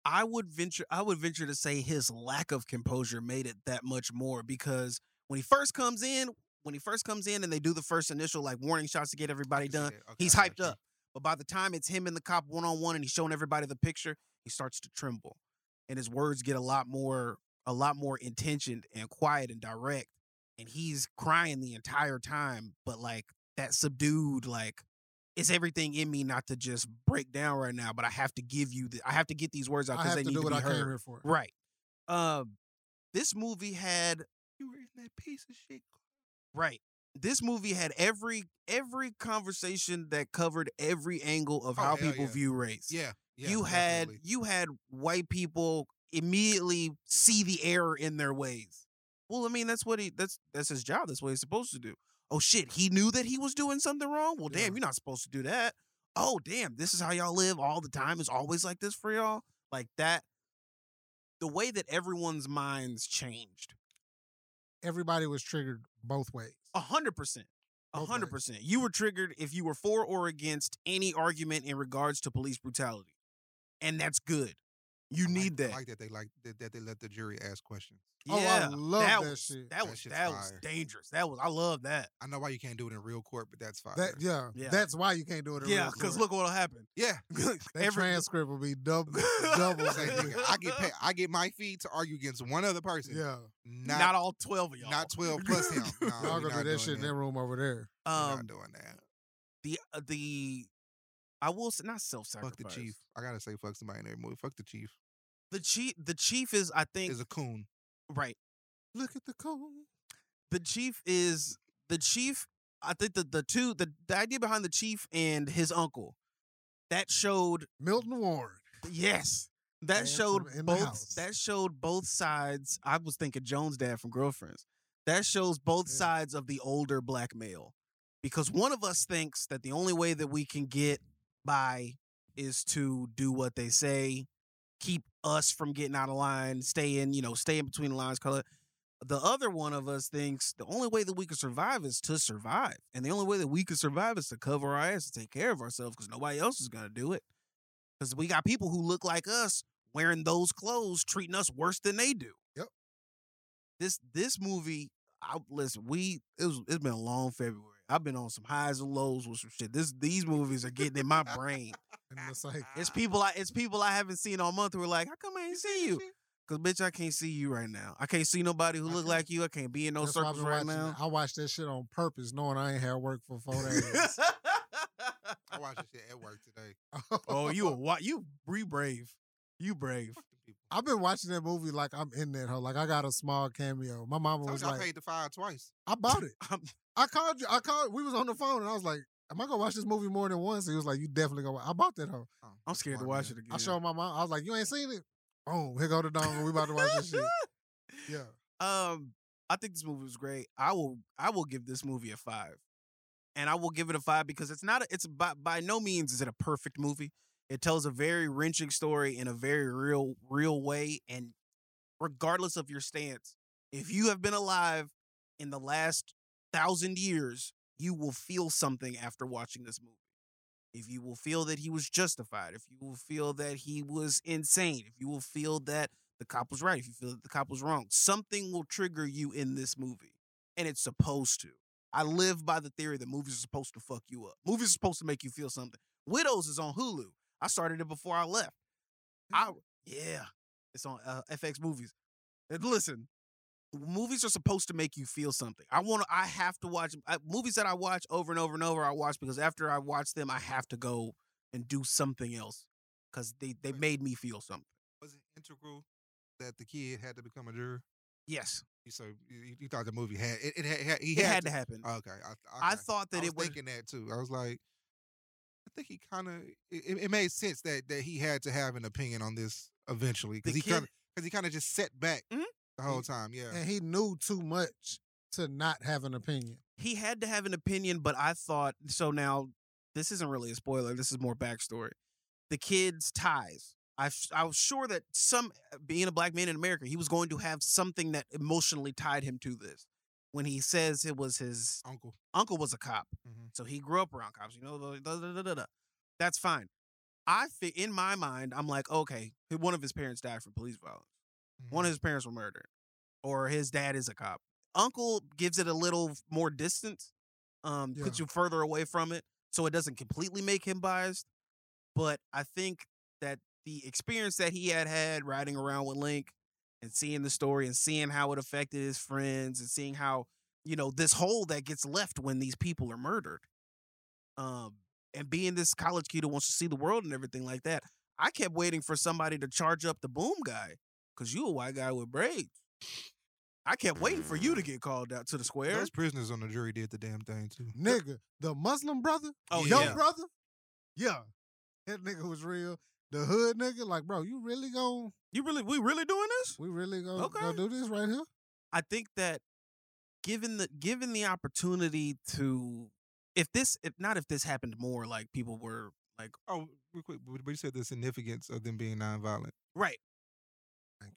I would venture I would venture to say his lack of composure made it that much more because when he first comes in, when he first comes in and they do the first initial like warning shots to get everybody can see done, that. Okay, He's I got hyped you. up. But by the time it's him and the cop one on one and he's showing everybody the picture, he starts to tremble. And his words get a lot more a lot more intentioned and quiet and direct. And he's crying the entire time, but like that subdued, like, it's everything in me not to just break down right now, but I have to give you the I have to get these words out I have because they to need do what to be I came heard. here for. Right. Um, this movie had You were in that piece of shit. Right. This movie had every every conversation that covered every angle of Oh, how hell people yeah. view race. Yeah. yeah you had definitely. you had white people immediately see the error in their ways. Well, I mean, that's what he that's that's his job. That's what he's supposed to do. Oh shit, he knew that he was doing something wrong. Well, damn, Yeah. you're not supposed to do that. Oh, damn, this is how y'all live all the time. It's always like this for y'all. Like that the way that everyone's minds changed. Everybody was triggered both ways. A hundred percent. A Both hundred ways. percent. You were triggered if you were for or against any argument in regards to police brutality. And that's good. You I like- need I that. like that they like that, that they let the jury ask questions. Oh, I yeah. love that that, was, shit. That was That that, shit's was fire. dangerous. That was I love that. I know why you can't do it in real court, but that's fire. That yeah, Yeah. That's why you can't do it. In Yeah, real because court. look what'll [LAUGHS] happen. yeah. that transcript will be [LAUGHS] double. double. Say, nigga, I get paid, I get my fee to argue against one other person. yeah, not, [LAUGHS] Not all twelve of y'all. not twelve plus [LAUGHS] him. Nah, y'all gonna we not do doing that shit in that room over there. We're um not doing that. the uh, the I will say not self Fuck sacrifice. the chief. I gotta say, fuck somebody in every movie. Fuck the chief. The chief the chief is I think Is a coon. right. Look at the coon. the chief is the chief i think the, the two the, the idea behind the chief and his uncle that showed Milton Warren. yes that Ransom showed in the house. both that showed both sides i was thinking jones dad from girlfriends that shows both Yeah. sides of the older black male because one of us thinks that the only way that we can get by is to do what they say keep us from getting out of line stay in you know stay in between the lines color the other one of us thinks the only way that we can survive is to survive and the only way that we can survive is to cover our ass and take care of ourselves because nobody else is going to do it because we got people who look like us wearing those clothes treating us worse than they do Yep. this this movie I, listen we it was it's been a long february i've been on some highs and lows with some shit this these movies are getting in my brain And it's like [LAUGHS] it's people I it's people I haven't seen all month who are like, how come I ain't see you? Cause bitch, I can't see you right now. I can't see nobody who look Okay. like you. I can't be in those that's why I've circles been right watching now. it. I watched that shit on purpose, knowing I ain't had work for four [LAUGHS] days. I watched this shit at work today. oh, you a what? You re brave. You brave. Fuck them people. I've been watching that movie like I'm in that hoe. Like I got a small cameo. My mama Told was you I like, paid the fire twice. I bought it. [LAUGHS] I'm- I called you. I called. We was on the phone, and I was like, "Am I gonna watch this movie more than once?" He was like, "You definitely gonna." Watch. I bought that hoe. Oh, I'm scared to smart watch man. it again. I showed my mom. I was like, "You ain't seen it." Oh, here go the dong. We about to watch this [LAUGHS] shit. Yeah, Um, I think this movie was great. I will I will give this movie a five, and I will give it a five because it's not a, it's by by no means is it a perfect movie. It tells a very wrenching story in a very real real way, and regardless of your stance, if you have been alive in the last thousand years, you will feel something after watching this movie. If you will feel that he was justified, if you will feel that he was insane, if you will feel that the cop was right, if you feel that the cop was wrong, something will trigger you in this movie. And it's supposed to. I live by the theory that movies are supposed to fuck you up. Movies are supposed to make you feel something. Widows is on Hulu. I started it before I left. I yeah, it's on uh, FX Movies. And listen, movies are supposed to make you feel something. I want to. I have to watch I, movies that I watch over and over and over. I watch because after I watch them, I have to go and do something else because they they Right. made me feel something. Was it integral that the kid had to become a juror? Yes, You- So you, you thought the movie had it? It had, had- he it had, Oh, had to happen. Okay, I, I uh, okay. thought that I was it was. thinking that too. I was like, I think he kind of it, it made sense that that he had to have an opinion on this eventually because The he kind kid- of because he kind of just set back Mhm. the whole time. Yeah, and he knew too much to not have an opinion. he had to have an opinion, but I thought so. Now this isn't really a spoiler. This is more backstory. The kid's ties. I f- I was sure that some uh, being a black man in America, he was going to have something that emotionally tied him to this. When he says it was his Uncle. uncle was a cop, Mhm. so he grew up around cops. You know, da- da- da- da- da- da. that's fine. I fit in my mind. I'm like, okay, one of his parents died from police violence. Mm-hmm. One of his parents were murdered, or his dad is a cop. Uncle gives it a little f- more distance, um, puts you further away from it, so it doesn't completely make him biased. But I think that the experience that he had had riding around with Link and seeing the story and seeing how it affected his friends and seeing how you know this hole that gets left when these people are murdered, um, and being this college kid who wants to see the world and everything like that. I kept waiting for somebody to charge up the boom guy Cause you a white guy with braids. I kept waiting for you to get called out to the square. those prisoners on the jury did the damn thing too. Nigga, the Muslim brother, Oh, your yeah. brother, yeah, that nigga was real. The hood nigga, like, bro, you really gon' you really, we really doing this? we really gon' Okay. gonna do this right here? I think that given the given the opportunity to, if this, if not, if this happened more, like people were like, Oh, real quick, but but you said the significance of them being nonviolent. right. Thank you.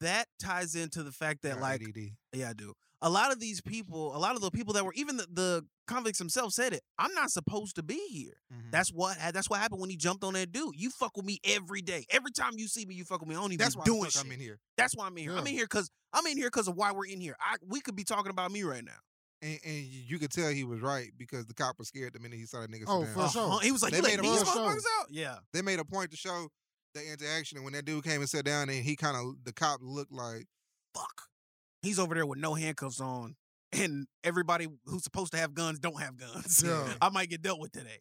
That ties into the fact that Got like ADD. Yeah, I do. A lot of these people, a lot of the people that were even the, the convicts themselves said it. I'm not supposed to be here. Mhm. That's what ha- that's what happened when he jumped on that dude. You fuck with me every day. Every time you see me, you fuck with me. I don't even that's be why doing the fuck shit. I'm in here. That's why I'm in here. I'm Yeah. in here because I'm in here because of why we're in here. I we could be talking about me right now. And, and you you could tell he was right because the cop was scared the minute he saw that nigga. sit Oh, down. for sure. Uh-huh. He was like, They you let made a these real show. motherfuckers out. Yeah, [LAUGHS] they made a point to show the interaction. And when that dude came and sat down, and he kind of the cop looked like fuck. He's over there with no handcuffs on, and everybody who's supposed to have guns don't have guns. [LAUGHS] Yeah. I might get dealt with today.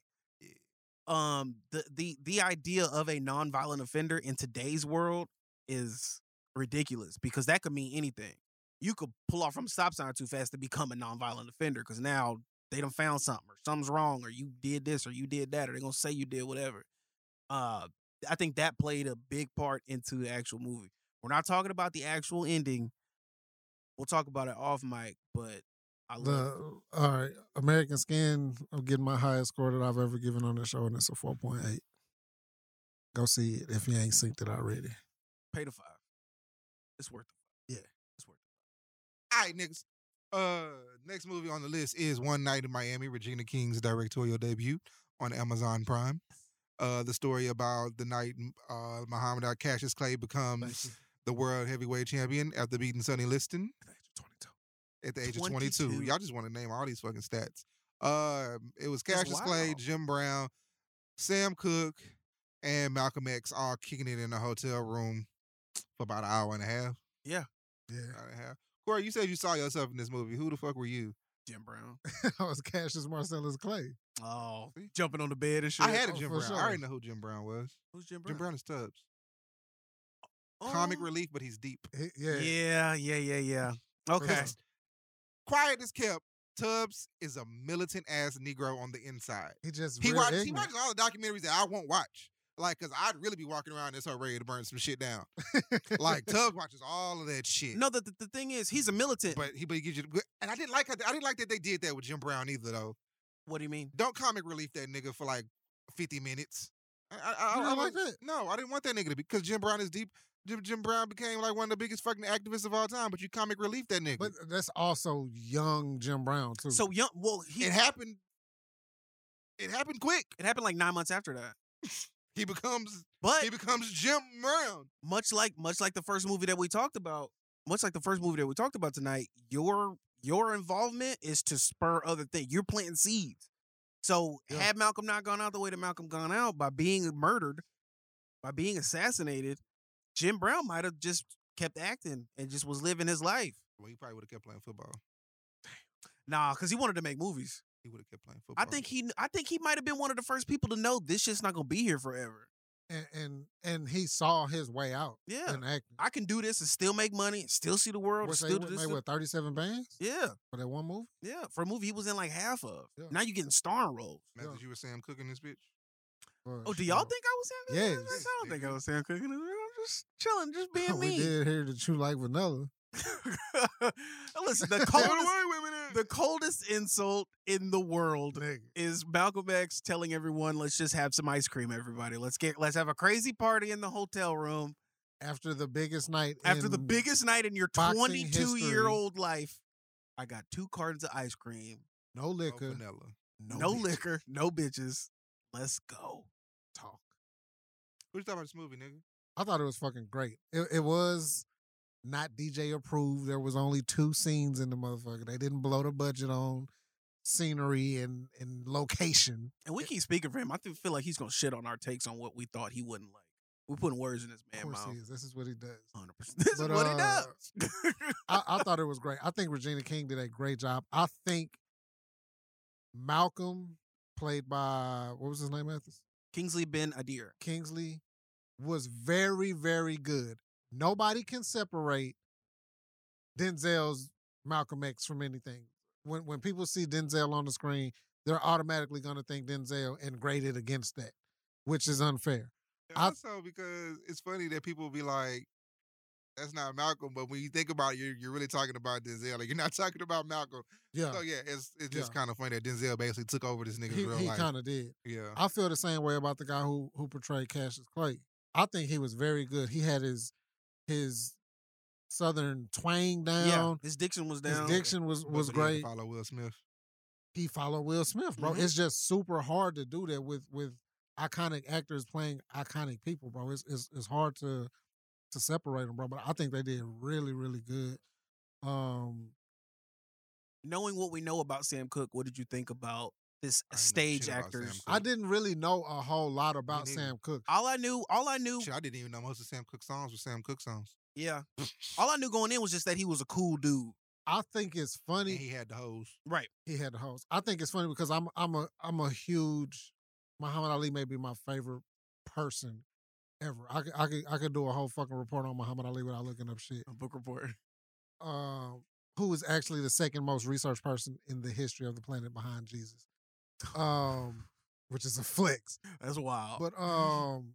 Um, the the the idea of a nonviolent offender in today's world is ridiculous because that could mean anything. You could pull off from a stop sign too fast to become a nonviolent offender because now they done found something or something's wrong or you did this or you did that or they're gonna say you did whatever. Uh, I think that played a big part into the actual movie. We're not talking about the actual ending. We'll talk about it off mic, but I love The all right, American Skin. I'm getting my highest score that I've ever given on the show, and it's a four point eight. Go see it if you ain't synced it already. pay the five. It's worth it. Yeah, it's worth All right, niggas. Uh, next movie on the list is One Night in Miami, Regina King's directorial debut on Amazon Prime. Uh, the story about the night uh, Muhammad Ali Cassius Clay becomes [LAUGHS] the world heavyweight champion after beating Sonny Liston at the age of 22. 22. Y'all just want to name all these fucking stats. Uh, it was That's Cassius Clay, wild. Jim Brown, Sam Cooke, and Malcolm X all kicking it in a hotel room for about an hour and a half. Yeah, Hour and a half. Corey, you said you saw yourself in this movie. Who the fuck were you? it. Jim [LAUGHS] Brown. [LAUGHS] I was Cassius Marcellus Clay. Oh, See? jumping on the bed and shit. I had a Oh, Jim for Brown. I already sure. know who Jim Brown was. Who's Jim Jim Brown? Brown is Tubbs. Comic Oh, relief, but he's deep. He- yeah, Yeah, yeah, yeah, yeah. for Okay. sure. Quiet is kept. Tubbs is a militant ass Negro on the inside. he just He real watches, he ignorant. watches all the documentaries that I won't watch. Like, cause I'd really be walking around this hole ready to burn some shit down. [LAUGHS] like Tubbs watches all of that shit. No, the, the the thing is, he's a militant. But he but he gives you the good- and I didn't like how- I didn't like that they did that with Jim Brown either though. what do you mean? Don't comic relief that nigga for like fifty minutes. I, I, I, You I didn't like wasn't- that? No, I didn't want that nigga to be because Jim Brown is deep. Jim, Jim Brown became like one of the biggest fucking activists of all time, but you comic relief that nigga. But that's also young Jim Brown too. So young, well, he, it happened. It happened quick. it happened like nine months after that. He becomes But he becomes Jim Brown. much like much like the first movie that we talked about, much like the first movie that we talked about tonight, your your involvement is to spur other things. You're planting seeds. So Yeah. had Malcolm not gone out the way that Malcolm gone out by being murdered, by being assassinated, Jim Brown might have just kept acting and just was living his life. Well, he probably would have kept playing football. Nah, because he wanted to make movies. He would have kept playing football. I think he I think he might have been one of the first people to know this shit's not gonna be here forever. and, and and he saw his way out Yeah. in acting. I can do this and still make money, and still see the world, and Which they still do went- this. made still- what thirty seven bands Yeah. for that one movie. Yeah, for a movie he was in like half of. Yeah. Now you're getting starring roles. Method you were Sam cooking this bitch. But, Oh, do you y'all know, think I was Sam Cooke? in this? Yes. I don't think I was Sam Cooke. in this. I'm just [LAUGHS] chilling, just being we me. did hear that you like vanilla? [LAUGHS] Listen, [LAUGHS] the Get away coldest, with it. the coldest insult in the world is Malcolm X telling everyone, "Let's just have some ice cream, everybody. Let's get, let's have a crazy party in the hotel room After the biggest night, after the in- biggest night in your boxing 22 year history. old life." I got two cartons of ice cream, no No liquor, Oh, vanilla. no, bitch liquor, no bitches. Let's go. talk. What you talking about this movie, nigga? I thought it was fucking great. It, it was not DJ approved. There was only two scenes in the motherfucker. They didn't blow the budget on scenery and and location. And we keep speaking for him. I do feel like he's gonna shit on our takes on what we thought he wouldn't like. We're putting words in his Of man course mouth. he is. This is what he does. 100%. [LAUGHS] This But, is what he uh, does. [LAUGHS] I, I thought it was great. I think Regina King did a great job. I think Malcolm, played by what was his name, Mathis Kingsley Ben Adir. Kingsley, was very, very good. Nobody can separate Denzel's Malcolm X from anything. When when people see Denzel on the screen, they're automatically going to think Denzel and grade it against that, which is unfair. And I- also because it's funny that people be like, "That's not Malcolm," but when you think about it, you're, you're really talking about Denzel. Like you're not [LAUGHS] talking about Malcolm. Yeah, So yeah, it's it's just Yeah. kind of funny that Denzel basically took over this nigga's he, real he life. Uh kind of did. yeah, I feel the same way about the guy who who portrayed Cassius Clay. I think he was very good. He had his his southern twang Yeah, down. his diction was his down. diction was was But he had to great. Follow Will Smith. He followed Will Smith, bro. Mhm. It's just super hard to do that with with iconic actors playing iconic people, bro. It's it's, it's hard to to separate them, bro. But I think they did really really good. Um, Knowing what we know about Sam Cooke, what did you think about this I didn't know stage shit about Sam actors? Cooke. I didn't really know a whole lot about neither. Sam Cooke. All I knew, all I knew, Shit, I didn't even know most of Sam Cooke songs were Sam Cooke songs. yeah, [LAUGHS] all I knew going in was just that he was a cool dude. I think it's And funny. he had the hose. Right. he had the host. I think it's funny because I'm I'm a I'm a huge Muhammad Ali may be my favorite person ever. I could I could I could do a whole fucking report on Muhammad Ali without looking up shit. A book report. Um, who is actually the second most researched person in the history of the planet behind Jesus? Um, which is a flex. [LAUGHS] That's wild. But um,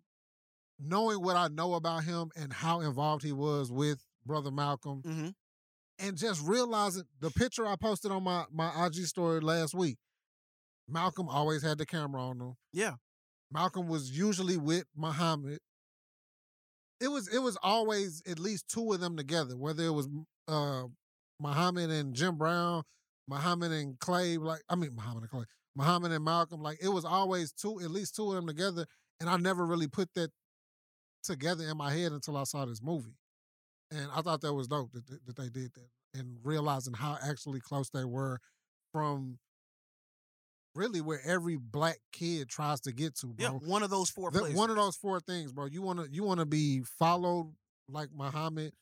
knowing what I know about him and how involved he was with brother Malcolm, Mhm. and just realizing the picture I posted on my my IG story last week, Malcolm always had the camera on him. Yeah. Malcolm was usually with Muhammad. It was it was always at least two of them together, whether it was uh Muhammad and Jim Brown, Muhammad and Clay, like I mean Muhammad and Clay, Muhammad and Malcolm, like it was always two, at least two of them together, and I never really put that together in my head until I saw this movie, and I thought that was dope that that, that they did that, and realizing how actually close they were from really where every black kid tries to get to, bro. yeah, one of those four The- places. one of those four things, bro. You wanna you wanna be followed like Muhammad.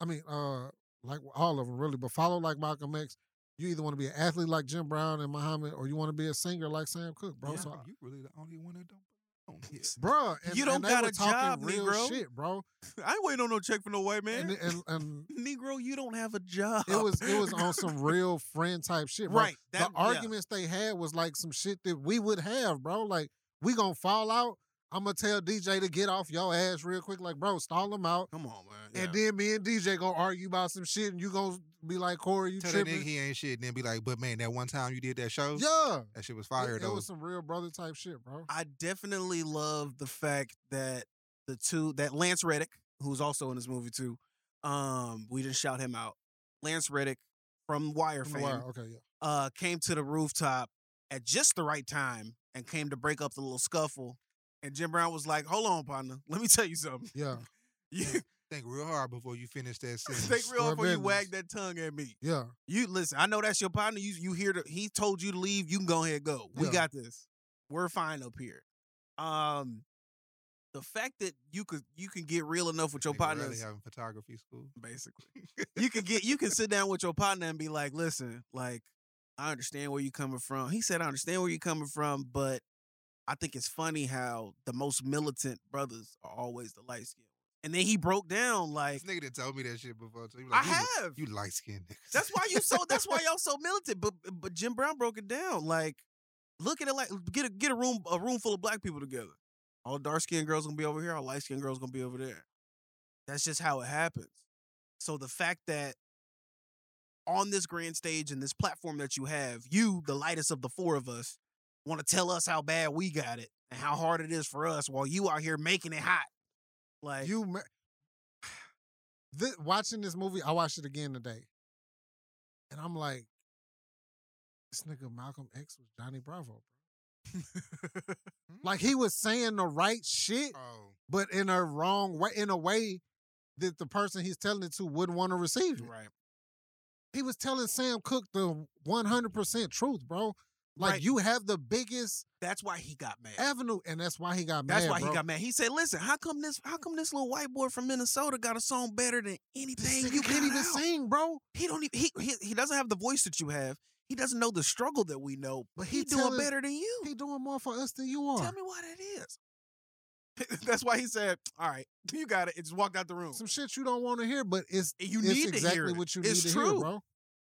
I mean, uh, like all of them really, but followed like Malcolm X. You either want to be an athlete like Jim Brown and Muhammad, or you want to be a singer like Sam Cooke, bro. Yeah. So, you really the only one that don't. belong here. bro, and, You don't and they got were a talking job, real Negro. Eh? shit, bro. [LAUGHS] I ain't waiting on no check for no white man. And, and [LAUGHS] and Negro, you don't have a job. it was it [LAUGHS] was on some real friend type shit, bro. right. the That yeah. arguments they had was like some shit that we would have, bro. Like we gonna fall out. I'm gonna tell DJ to get off your ass real quick, like bro, stall him out. Come on, man. And Yeah. then me and DJ gonna argue about some shit, and you gonna be like, Corey, you Tell that nigga tripping? he ain't shit, and then be like, "But man, that one time you did that show, Yeah, that shit was it, fire it though." was some real brother type shit, bro. I definitely love the fact that the two that Lance Reddick, who's also in this movie too. Um, we didn't shout him out. Lance Reddick from Wire From the fame wire. Okay, yeah. uh, came to the rooftop at just the right time and came to break up the little scuffle. And Jim Brown was like, "Hold on, partner, let me tell you something. [LAUGHS] Yeah. [LAUGHS] You Think real hard before you finish that sentence. [LAUGHS] think real Square before you business. wag that tongue at me. Yeah. You listen. I know that's your partner. You you here to? He told you to leave. You can go ahead. and Go. We Yeah. got this. We're fine up here. Um, the fact that you could you can get real enough with your Nigga partner, Really having photography school. basically. you can get you can sit down with your partner and be like, listen, like I understand where you coming from. He said, I understand where you coming from, but I think it's funny how the most militant brothers are always the light skin. And then he broke down like, This nigga done told me that shit before. So he was I like, you, li- have. You light skinned niggas. That's why you so. That's why y'all so militant. But but Jim Brown broke it down. Like, look at it like get a get a room a room full of black people together. All dark skinned girls gonna be over here. All light skinned girls gonna be over there. That's just how it happens. So the fact that on this grand stage and this platform that you have, you the lightest of the four of us, want to tell us how bad we got it and how hard it is for us, while you out here making it hot. Like You ma- [SIGHS] Thi- watching this movie, I watched it again today. And I'm like, this nigga Malcolm X was Johnny Bravo, [LAUGHS] bro. Hmm. like he was saying the right shit, [LAUGHS] Oh, but in a wrong way, in a way that the person he's telling it to wouldn't want to receive it. right, He was telling Sam Cook the 100% truth, bro. Like Right. you have the biggest that's why he got mad. avenue, and that's why he got That's mad. why bro. he got mad. He said, "Listen, how come this? How come this little white boy from Minnesota got a song better than This anything nigga you can't even sing? sing, bro. He don't even he, he he doesn't have the voice that you have. He doesn't know the struggle that we know. But But he, he doing telling- better than you. He doing more for us than you are. Tell me what it is." [LAUGHS] That's why he said, "All right, you got it." And just walked out the room. some shit you don't want to hear, but it's You it's need to exactly hear it. what you It's need to true. hear, bro.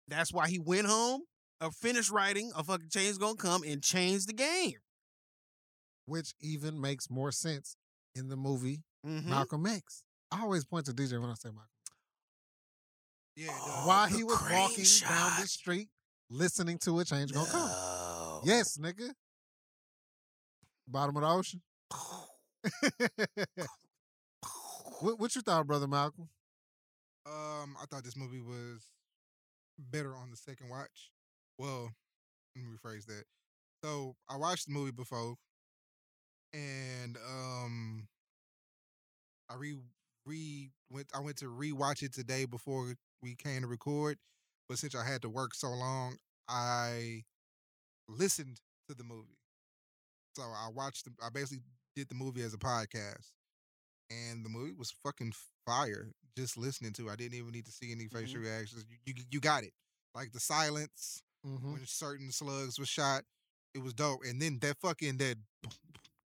That's why he went home, uh, finished writing. A fucking change gonna come and change the game. Which even makes more sense in the movie Mhm. Malcolm X. I always point to DJ when I say Malcolm. yeah. it Oh, does. While the he was crane walking down shot. the street, listening to a change gonna come. No. Yes, nigga. Bottom of the ocean. [LAUGHS] what, what you thought, brother Malcolm? Um, I thought this movie was better on the second watch. Well, let me rephrase that. So I watched the movie before, and um, I re re went. I went to rewatch it today before we came to record, but since I had to work so long, I listened to the movie. So I watched. The, I basically did the movie as a podcast and the movie was fucking fire. Just listening to, it. I didn't even need to see any facial reactions. You, you you got it, like the silence Mm-hmm. when certain slugs was shot. It was dope, and then that fucking that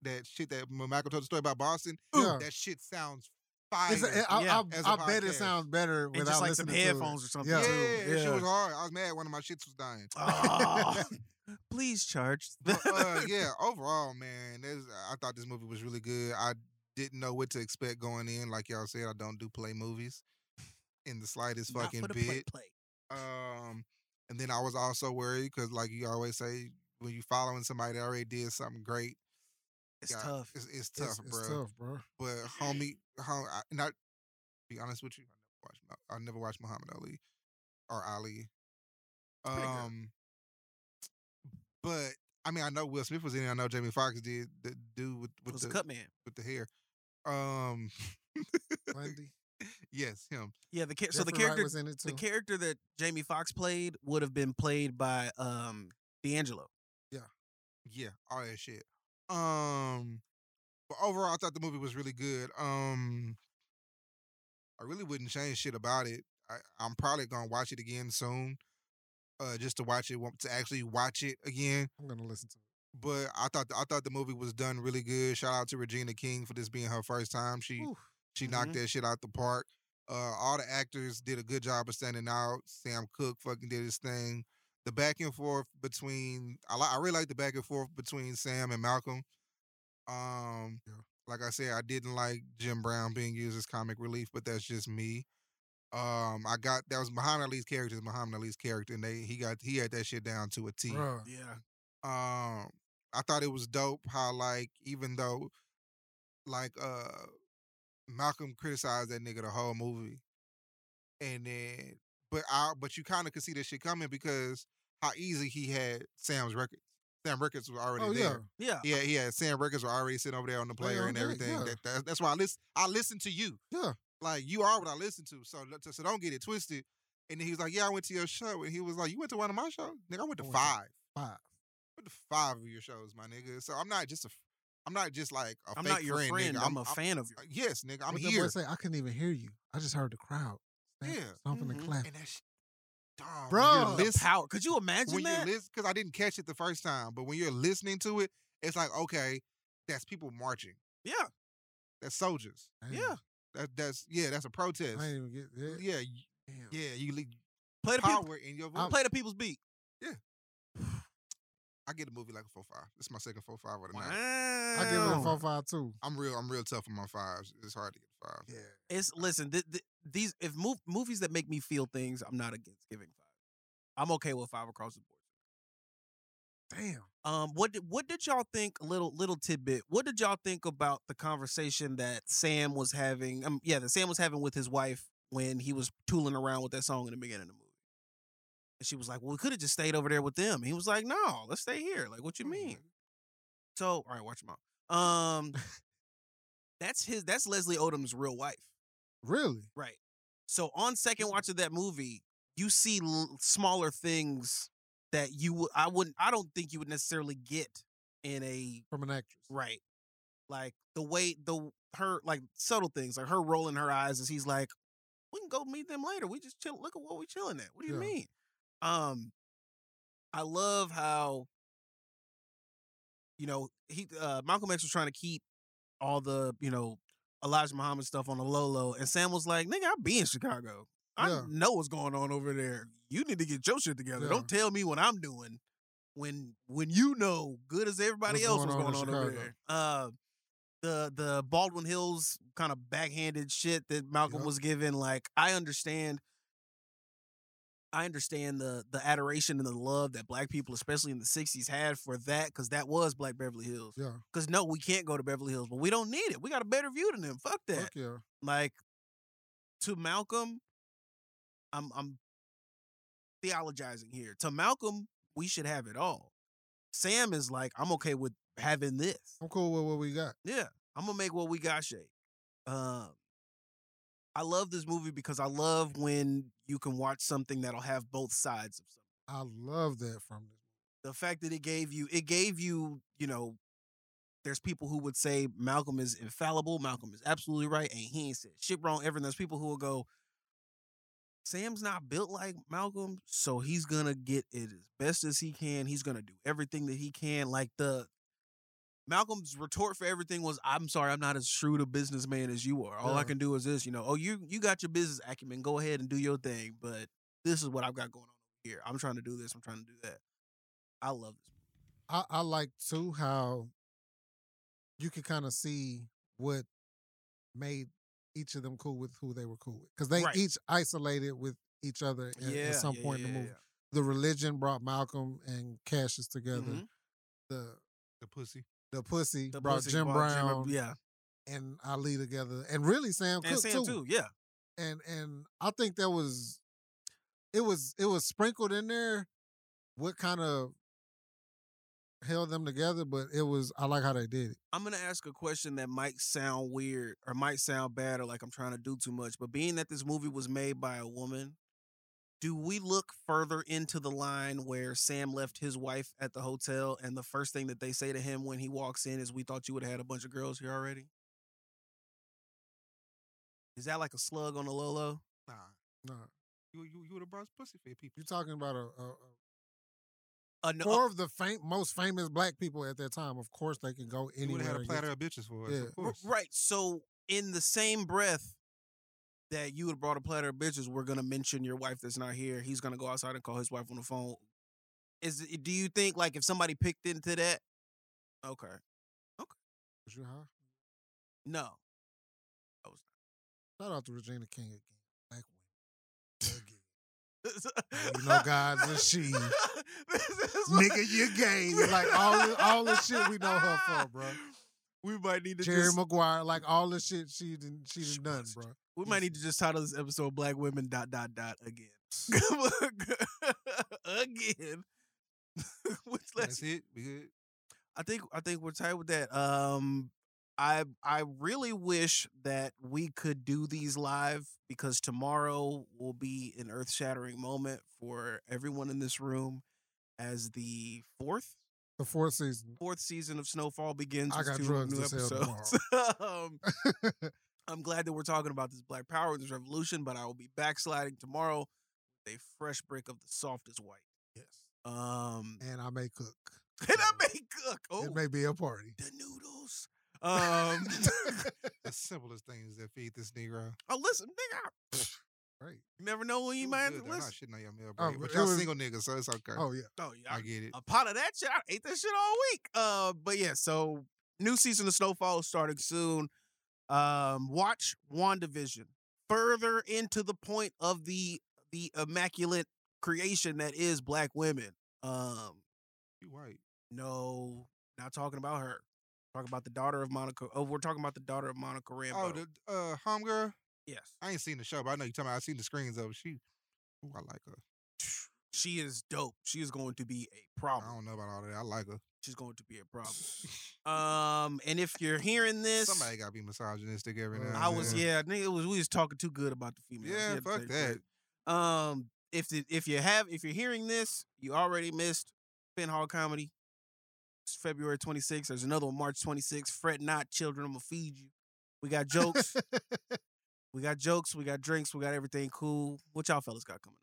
that shit that when Michael told the story about Boston. Yeah. That shit sounds fire. It's a, I, Yeah, as a I, I bet it uh, podcast. sounds better And without just like some listening headphones or to something. Yeah. yeah, too. that shit was hard. I was mad. One of my shits was dying. Oh, [LAUGHS] please charge. [LAUGHS] But, uh, yeah, overall, man, this, I thought this movie was really good. I didn't know what to expect going in. Like y'all said, I don't do play movies in the slightest Not fucking for the bit. play, play. Um, and then I was also worried because, like you always say, when you following somebody that already did something great, It's yeah, tough. It's, it's it. tough, It's- bro. it's tough, bro. But homie, hom- I, not be honest with you, I never watched. Mo- I never watched Muhammad Ali or Ali. pretty good. Um, but I mean, I know Will Smith was in it. I know Jamie Foxx did the dude with, It with was the a cut man. with the hair. Um, [LAUGHS] Bundy. yes, him. Yeah, the char- [LAUGHS] so the Jeffrey Wright character was in it too. the character that Jamie Foxx played would have been played by um D'Angelo. Yeah, all that shit. Um, but overall, I thought the movie was really good. Um, I really wouldn't change shit about it. I, I'm probably gonna watch it again soon, uh, just to watch it to actually watch it again. I'm gonna listen to. But I thought I thought the movie was done really good. Shout out to Regina King for this being her first time. She it. Oof. she knocked that shit out the park. Uh, all the actors did a good job of standing out. Sam Cook fucking did his thing. The back and forth between I li- I really like the back and forth between Sam and Malcolm. Um, Yeah. like I said, I didn't like Jim Brown being used as comic relief, but that's just me. Um, I got that was Muhammad Ali's character is Muhammad Ali's character, and they he got he had that shit down to a T Bruh. Yeah. um i thought it was dope how like even though like uh Malcolm criticized that nigga the whole movie, and then but I but you kind of could see this shit coming because how easy he had Sam's records. Sam records was already Oh there. yeah. Yeah. Yeah, yeah. Sam records were already sitting over there on the player on and deck, everything. yeah. That, that, that's why I listen. I listen to you. Yeah. Like you are what I listen to. So let- so don't get it twisted. And then he was like, "Yeah, I went to your show." And he was like, "You went to one of my shows, nigga. I went I went to- to five. Five. I went to five of your shows, my nigga. So I'm not just a. f- I'm not just like a I'm fake not your friend. nigga. uh, I'm, a fan of yours. Yes, nigga. I'm What that boy here. Say, I couldn't even hear you. I just heard the crowd. stamp- Yeah. Stomping Mhm. and clapping. And that's Bruh. dog. when The you're, lis- power. Could you imagine when that? you're listen, because I didn't catch it the first time, but when you're listening to it, it's like okay, that's people marching. yeah. That's soldiers. Damn, Yeah. That that's yeah. That's a protest. I didn't even get that. Yeah, y- Damn. yeah. You le- Play the people, power in your voice. I'm- play the people's beat. I get a movie like a four five. It's my second four five of the night. Wow. I give it a four five two. I'm real. I'm real tough on my fives. It's hard to get fives. Yeah. It's listen, th- th- these if mov- movies that make me feel things, I'm not against giving five. I'm okay with five across the board. Damn. Um, what did, what did y'all think? Little little tidbit. What did y'all think about the conversation that Sam was having? Um, yeah, that Sam was having with his wife when he was tooling around with that song in the beginning of the movie. And she was like, "Well, we could have just stayed over there with them." He was like, "No, let's stay here." Like, what you mean? So, all right, watch him out. Um, that's his. That's Leslie Odom's real wife. Really? Right. So on second watch of that movie, you see l- smaller things that you would I wouldn't I don't think you would necessarily get in a From an actress. right. Like the way the her like subtle things like her rolling her eyes as he's like, we can go meet them later. We just chill. Look at what we chilling at. What do you Yeah. mean? Um, I love how you know he uh, Malcolm X was trying to keep all the you know Elijah Muhammad stuff on the low low, and Sam was like, "Nigga, I be in Chicago. I Yeah. know what's going on over there. You need to get your shit together. Yeah. Don't tell me what I'm doing." When when you know good as everybody What's else going what's on in going on over Chicago. there. Uh, the the Baldwin Hills kind of backhanded shit that Malcolm Yup. was given. Like I understand, I understand the the adoration and the love that Black people, especially in the '60s, had for that because that was Black Beverly Hills. Yeah. Because no, we can't go to Beverly Hills, but we don't need it. We got a better view than them. Fuck that. Fuck yeah. Like to Malcolm, I'm I'm theologizing here. To Malcolm, we should have it all. Sam is like, I'm okay with having this. I'm cool with what we got. Yeah, I'm gonna make what we got shake. Um, I love this movie because I love when you can watch something that'll have both sides of something. I love that from this. The fact that it gave you, it gave you, you know, there's people who would say Malcolm is infallible, Malcolm is absolutely right, and he ain't said shit wrong ever. And there's people who will go, Sam's not built like Malcolm, so he's gonna get it as best as he can. He's gonna do everything that he can. Like the Malcolm's retort for everything was, "I'm sorry, I'm not as shrewd a businessman as you are. All I Yeah. can do is this, you know. Oh, you you got your business acumen. Go ahead and do your thing, but this is what I've got going on here. I'm trying to do this. I'm trying to do that. I love this. I, I like too how you could kind of see what made each of them cool with who they were cool with. Because they Right. each isolated with each other at, at some point in the movie. The religion brought Malcolm and Cassius together. Mhm. The The pussy. the pussy The brought pussy Jim brought Brown yeah, and Ali together. And really Sam and Cooke Sam too. Yeah, and and I think that was it was it was sprinkled in there what kind of held them together, but it was I like how they did it. I'm gonna ask a question that might sound weird or might sound bad or like I'm trying to do too much. But being that this movie was made by a woman, do we look further into the line where Sam left his wife at the hotel and the first thing that they say to him when he walks in is, "We thought you would have had a bunch of girls here already." Is that like a slug on the low low? Nah. Nah, You you you would have brought pussy for your people. you're talking about a, a, a Uh, no, four of the fam- most famous black people at that time. Of course, they can go You anywhere. would have had a and get- platter of bitches for us. Yeah. Of R- course. Right. So in the same breath that you had brought a platter of bitches, we're gonna mention your wife that's not here. He's gonna go outside and call his wife on the phone. Is it- do you think like if somebody picked into that? Okay. Was you high? No. [LAUGHS] Shout out to Regina King again. Black women. Again. [LAUGHS] You know, guys, and she- [LAUGHS] This is what- [LAUGHS] Nigga, you gay. Like all the, all the shit we know her for, bro. we might need to Jerry just, Maguire, like all the shit she done, she She done done, was- bro. we might need to just title this episode "Black Women dot dot dot" again. [LAUGHS] again. [LAUGHS] Which lets That's it. We good. I think I think we're tight with that. Um I I really wish that we could do these live because tomorrow will be an earth-shattering moment for everyone in this room as the fourth The fourth season. fourth season of Snowfall begins I with got two drugs new to sell [LAUGHS] episodes. [LAUGHS] [LAUGHS] um, I'm glad that we're talking about this Black Power and this revolution, but I will be backsliding tomorrow with a fresh brick of the softest white. Yes. Um And I may cook. [LAUGHS] and I may cook. Oh It may be a party. the noodles. [LAUGHS] Um, The [LAUGHS] simplest things that feed this Negro. oh, listen, nigga. I- Right. You never know when you It was might have to good, though. I'm not listen. shitting on your meal Oh, break, but it y'all was- single niggas, so it's okay. Oh yeah. Oh, yeah. I get it. a pot of that shit. I ate that shit all week. Uh, but yeah, so new season of Snowfall is starting soon. Um, watch WandaVision further into the point of the the immaculate creation that is black women. Um, You white. no, not talking about her. Talking about the daughter of Monica. Oh, we're talking about the daughter of Monica Rambo. Oh, the uh, homegirl. yes. I ain't seen the show, but I know you talking about. I seen the screens of it. She, ooh, I like her. she is dope. She is going to be a I problem. don't know about all that. I like her. She's going to be a [LAUGHS] problem. um, and if you're hearing this, Somebody got to be misogynistic every Uh, now. And I was then. yeah, nigga, it was we was talking too good about the females. We Yeah, had to fuck take a that. break. Um, if the, if you have if you're hearing this, you already missed Finn Hall comedy. It's February 26th. There's another one March 26th. Fret not, children. I'm gonna feed you. We got jokes. [LAUGHS] we got jokes. We got drinks. We got everything cool. What y'all fellas got coming?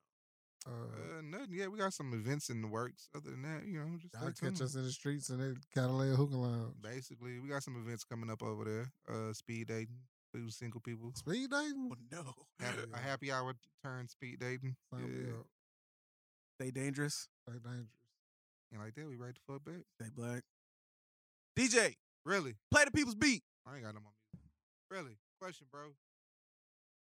Uh, Uh, nothing. Yeah, we got some events in the works. Other than that, you know, just y'all stay catch tuned. us in the streets and they gotta lay a hookah lounge. Basically, we got some events coming up over there. Uh, speed dating, two single people. Speed dating? Oh no, [LAUGHS] Happy, a happy hour turn speed dating. Yeah. Sign me up. they dangerous. They dangerous. uh, And like that, we right the fuck back. They black. DJ, Really? play the people's beat. I ain't got no more music. Really? Question, bro.